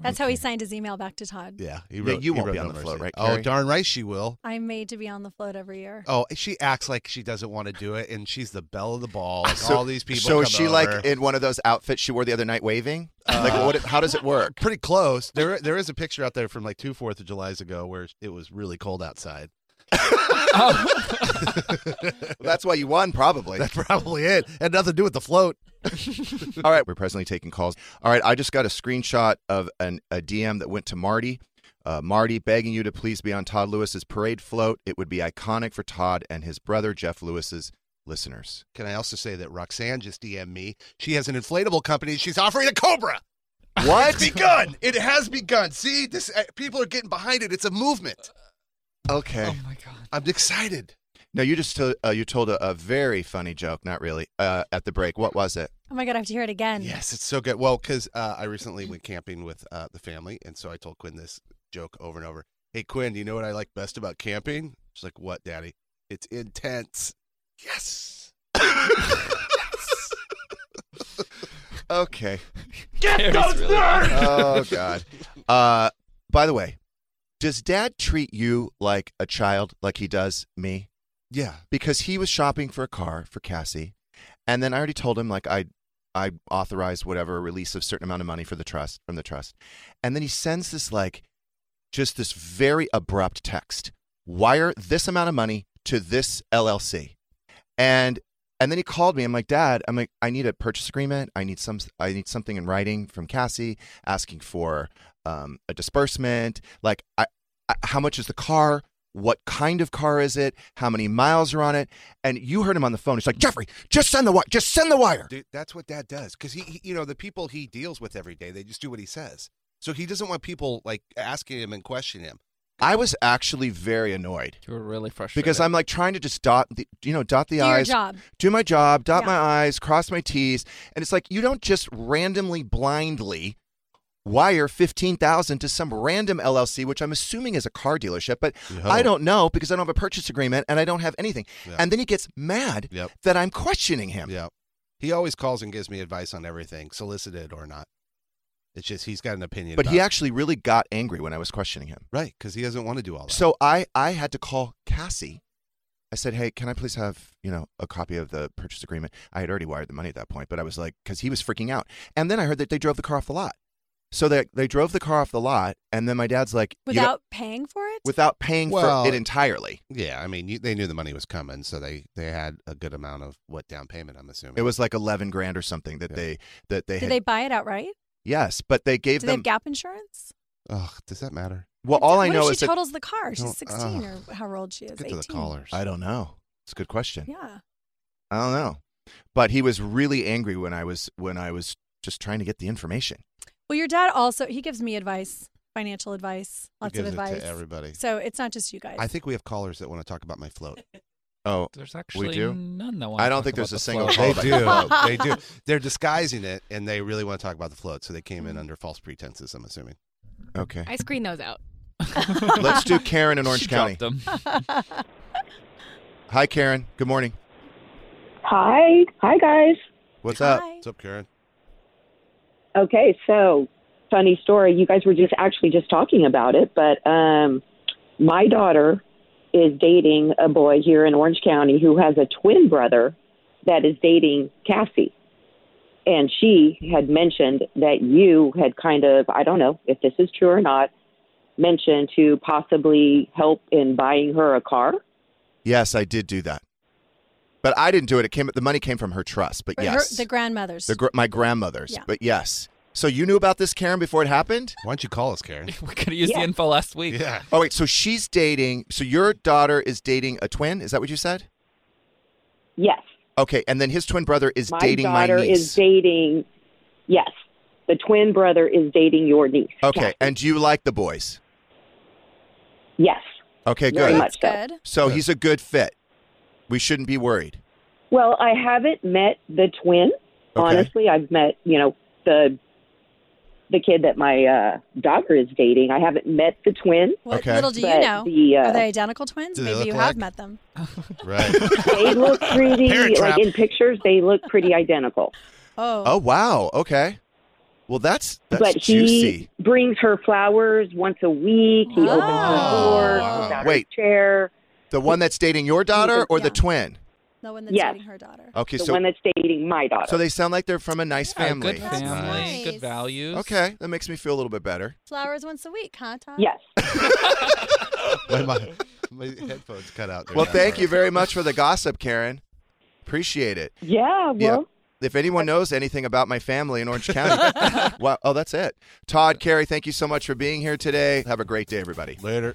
Speaker 5: That's how he signed his email back to Todd.
Speaker 6: Yeah, he
Speaker 3: Yeah,
Speaker 6: wrote.
Speaker 3: you
Speaker 6: he
Speaker 3: won't
Speaker 6: wrote
Speaker 3: be on
Speaker 6: No
Speaker 3: the float,
Speaker 6: Mercy.
Speaker 3: right,
Speaker 6: Oh,
Speaker 3: Carrie?
Speaker 6: darn right, she will.
Speaker 5: I'm made to be on the float every year.
Speaker 6: Oh, she acts like she doesn't want to do it, and she's the belle of the ball. Like, all these people.
Speaker 3: So
Speaker 6: come
Speaker 3: is she
Speaker 6: over.
Speaker 3: like in one of those outfits she wore the other night waving? like
Speaker 6: Uh,
Speaker 3: what how does it work?
Speaker 6: pretty close. There, there is a picture out there from like two Fourth of July's ago where it was really cold outside.
Speaker 3: [laughs] that's why you won, probably.
Speaker 6: That's probably it. Had nothing to do with the float.
Speaker 3: All right, we're presently taking calls. All right, I just got a screenshot of an, a DM that went to Marty. Uh, Marty begging you to please be on Todd Lewis's parade float. It would be iconic for Todd and his brother Jeff Lewis's listeners.
Speaker 6: Can I also say that Roxanne just DM'd me? She has an inflatable company. She's offering a Cobra.
Speaker 3: What?
Speaker 6: It's begun. It has begun. See, this uh, people are getting behind it. It's a movement.
Speaker 3: Okay.
Speaker 6: Oh my god. I'm excited.
Speaker 3: No, you just to- uh, you told a, a very funny joke. Not really. Uh, at the break, what was it?
Speaker 5: Oh my god, I have to hear it again.
Speaker 6: Yes, it's so good. Well, because uh, I recently went camping with uh, the family, and so I told Quinn this joke over and over. Hey, Quinn, do you know what I like best about camping? She's like, "What, Daddy? It's intense." Yes. [laughs]
Speaker 3: Okay.
Speaker 6: Get
Speaker 3: those nerds! Oh God. Uh, by the way, does Dad treat you like a child, like he does me?
Speaker 6: Yeah.
Speaker 3: Because he was shopping for a car for Cassie, and then I already told him like I, I authorized whatever release of certain amount of money for the trust from the trust, and then he sends this like, just this very abrupt text: wire this amount of money to this LLC, and. And then he called me. I'm like, Dad. I'm like, I need a purchase agreement. I need some. I need something in writing from Cassie asking for um, a disbursement. Like, I, I, how much is the car? What kind of car is it? How many miles are on it? And you heard him on the phone. He's like, Jeffrey, just send the wire. Just send the wire.
Speaker 6: Dude, that's what dad does. Because he, he, you know, the people he deals with every day, they just do what he says. So he doesn't want people like asking him and questioning him.
Speaker 3: I was actually very annoyed
Speaker 8: You were really frustrated.
Speaker 3: because I'm like trying to just dot the, you know, dot the
Speaker 8: Do your
Speaker 3: i's,
Speaker 8: job.
Speaker 3: do my job, dot
Speaker 8: Yeah.
Speaker 3: my i's, cross my t's, and it's like you don't just randomly, blindly wire fifteen thousand to some random LLC, which I'm assuming is a car dealership, but I
Speaker 6: hope.
Speaker 3: don't know because I don't have a purchase agreement and I don't have anything.
Speaker 6: Yeah.
Speaker 3: And then he gets mad
Speaker 6: Yep.
Speaker 3: that I'm questioning him.
Speaker 6: Yeah. He always calls and gives me advice on everything, solicited or not. It's just he's got an opinion.
Speaker 3: But he
Speaker 6: about it.
Speaker 3: actually really got angry when I was questioning him.
Speaker 6: right because he doesn't want to do all that.
Speaker 3: So I, I had to call Cassie. I said, "Hey, can I please have you know a copy of the purchase agreement?" I had already wired the money at that point, but I was like, because he was freaking out. And then I heard that they drove the car off the lot. So they they drove the car off the lot, and then my dad's like, you know-
Speaker 5: Without paying for it?
Speaker 3: without paying
Speaker 6: Well-
Speaker 3: for it entirely.
Speaker 6: yeah, I mean, you, they knew the money was coming, so they they had a good amount of what down payment. I'm assuming
Speaker 3: It was like eleven grand or something that they that they
Speaker 5: Did
Speaker 3: had.
Speaker 5: they buy it outright?
Speaker 3: yes, but they gave
Speaker 5: Do they
Speaker 3: them.
Speaker 5: have gap insurance?
Speaker 6: Ugh, does that matter?
Speaker 3: well, all I
Speaker 5: what
Speaker 3: know
Speaker 5: if
Speaker 3: is
Speaker 5: she
Speaker 3: that
Speaker 5: totals the car?
Speaker 3: Don't-
Speaker 5: She's 16
Speaker 3: ugh.
Speaker 5: or however old she is.
Speaker 6: uh, Get
Speaker 5: 18.
Speaker 6: to the callers.
Speaker 3: I don't know. It's a good question.
Speaker 5: Yeah.
Speaker 3: I don't know, but he was really angry when I was when I was just trying to get the information.
Speaker 5: Well, your dad also he gives me advice, financial advice, lots
Speaker 6: gives
Speaker 5: of
Speaker 6: it to
Speaker 5: advice.
Speaker 6: everybody.
Speaker 5: So it's not just you guys.
Speaker 6: I think we have callers that want to talk about my float.
Speaker 3: Oh,
Speaker 8: There's actually
Speaker 3: we do?
Speaker 8: none that wanna
Speaker 3: I don't
Speaker 8: talk
Speaker 3: think there's
Speaker 8: about
Speaker 3: a
Speaker 8: the
Speaker 3: single
Speaker 8: float.
Speaker 3: call.
Speaker 6: They
Speaker 3: about
Speaker 6: do.
Speaker 3: the float.
Speaker 6: they do. They're disguising it, and they really want to talk about the float, so they came
Speaker 8: Mm-hmm.
Speaker 6: in under false pretenses.
Speaker 8: [laughs]
Speaker 6: I'm assuming.
Speaker 3: Okay.
Speaker 9: I screen those out.
Speaker 5: [laughs]
Speaker 3: Let's do Karen in Orange County. Hi, Karen. Good morning.
Speaker 12: Hi. Hi, guys.
Speaker 3: What's up?
Speaker 6: What's up, Karen?
Speaker 12: Okay, so funny story. You guys were just actually just talking about it, but um, my daughter is dating a boy here in Orange County who has a twin brother that is dating Cassie. And she had mentioned that you had kind of, I don't know if this is true or not, mentioned to possibly help in buying her a car.
Speaker 3: Yes, I did do that, but I didn't do it. It came. The money came from her trust, but
Speaker 5: Her-
Speaker 3: yes,
Speaker 5: the grandmother's.
Speaker 3: The gr- my grandmother's.
Speaker 5: Yeah.
Speaker 3: But yes. So you knew about this, Karen, before it happened?
Speaker 6: Why don't you call us, Karen?
Speaker 8: [laughs] we could have used
Speaker 3: Yeah.
Speaker 8: the info last week. Yeah.
Speaker 3: Oh wait. So she's dating. So your daughter is dating a twin. Is that what you said?
Speaker 12: Yes.
Speaker 3: Okay, and then his twin brother is
Speaker 12: my
Speaker 3: dating my
Speaker 12: daughter
Speaker 3: niece.
Speaker 12: is dating. Yes, the twin brother is dating your niece.
Speaker 3: okay, and you like the boys?
Speaker 12: Yes.
Speaker 3: Okay, good.
Speaker 12: Very much so. Good.
Speaker 3: So he's a good fit. We shouldn't be worried.
Speaker 12: Well, I haven't met the twin. Honestly, I've met you know the the kid that my uh, daughter is dating. I haven't met the twin.
Speaker 5: What little do you
Speaker 12: but
Speaker 5: know?
Speaker 12: The, uh,
Speaker 5: Are they identical twins?
Speaker 12: do they
Speaker 5: Maybe you
Speaker 12: look
Speaker 5: have
Speaker 12: alike?
Speaker 5: met them.
Speaker 3: Right.
Speaker 12: they look pretty.
Speaker 3: [laughs] Parent
Speaker 12: like
Speaker 3: trap.
Speaker 12: in pictures, they look pretty identical.
Speaker 5: Oh.
Speaker 3: [laughs] Oh wow. Okay. Well, that's that's
Speaker 12: but he
Speaker 3: juicy.
Speaker 12: brings her flowers once a week. He opens
Speaker 5: Oh.
Speaker 12: her door. pulls out her
Speaker 3: Wait.
Speaker 12: chair.
Speaker 3: The one that's dating your daughter or the twin?
Speaker 5: Oh, The one
Speaker 12: that's dating
Speaker 5: her daughter.
Speaker 3: Okay,
Speaker 12: the
Speaker 3: so-
Speaker 12: one that's dating my daughter.
Speaker 3: So they sound like they're from a nice family.
Speaker 8: good family, Nice. good values.
Speaker 3: Okay, that makes me feel a little bit better.
Speaker 5: Flowers once a week, huh, Tom?
Speaker 12: Yes.
Speaker 6: When my, my headphones cut out. there.
Speaker 3: [laughs] Well, thank you very much for the gossip, Karen. Appreciate it.
Speaker 12: Yeah, well,
Speaker 3: If anyone knows anything about my family in
Speaker 12: [laughs]
Speaker 3: Orange County, wow. Oh, that's it. Todd, Carrie, thank you so much for being here today. Have a great day, everybody.
Speaker 6: Later.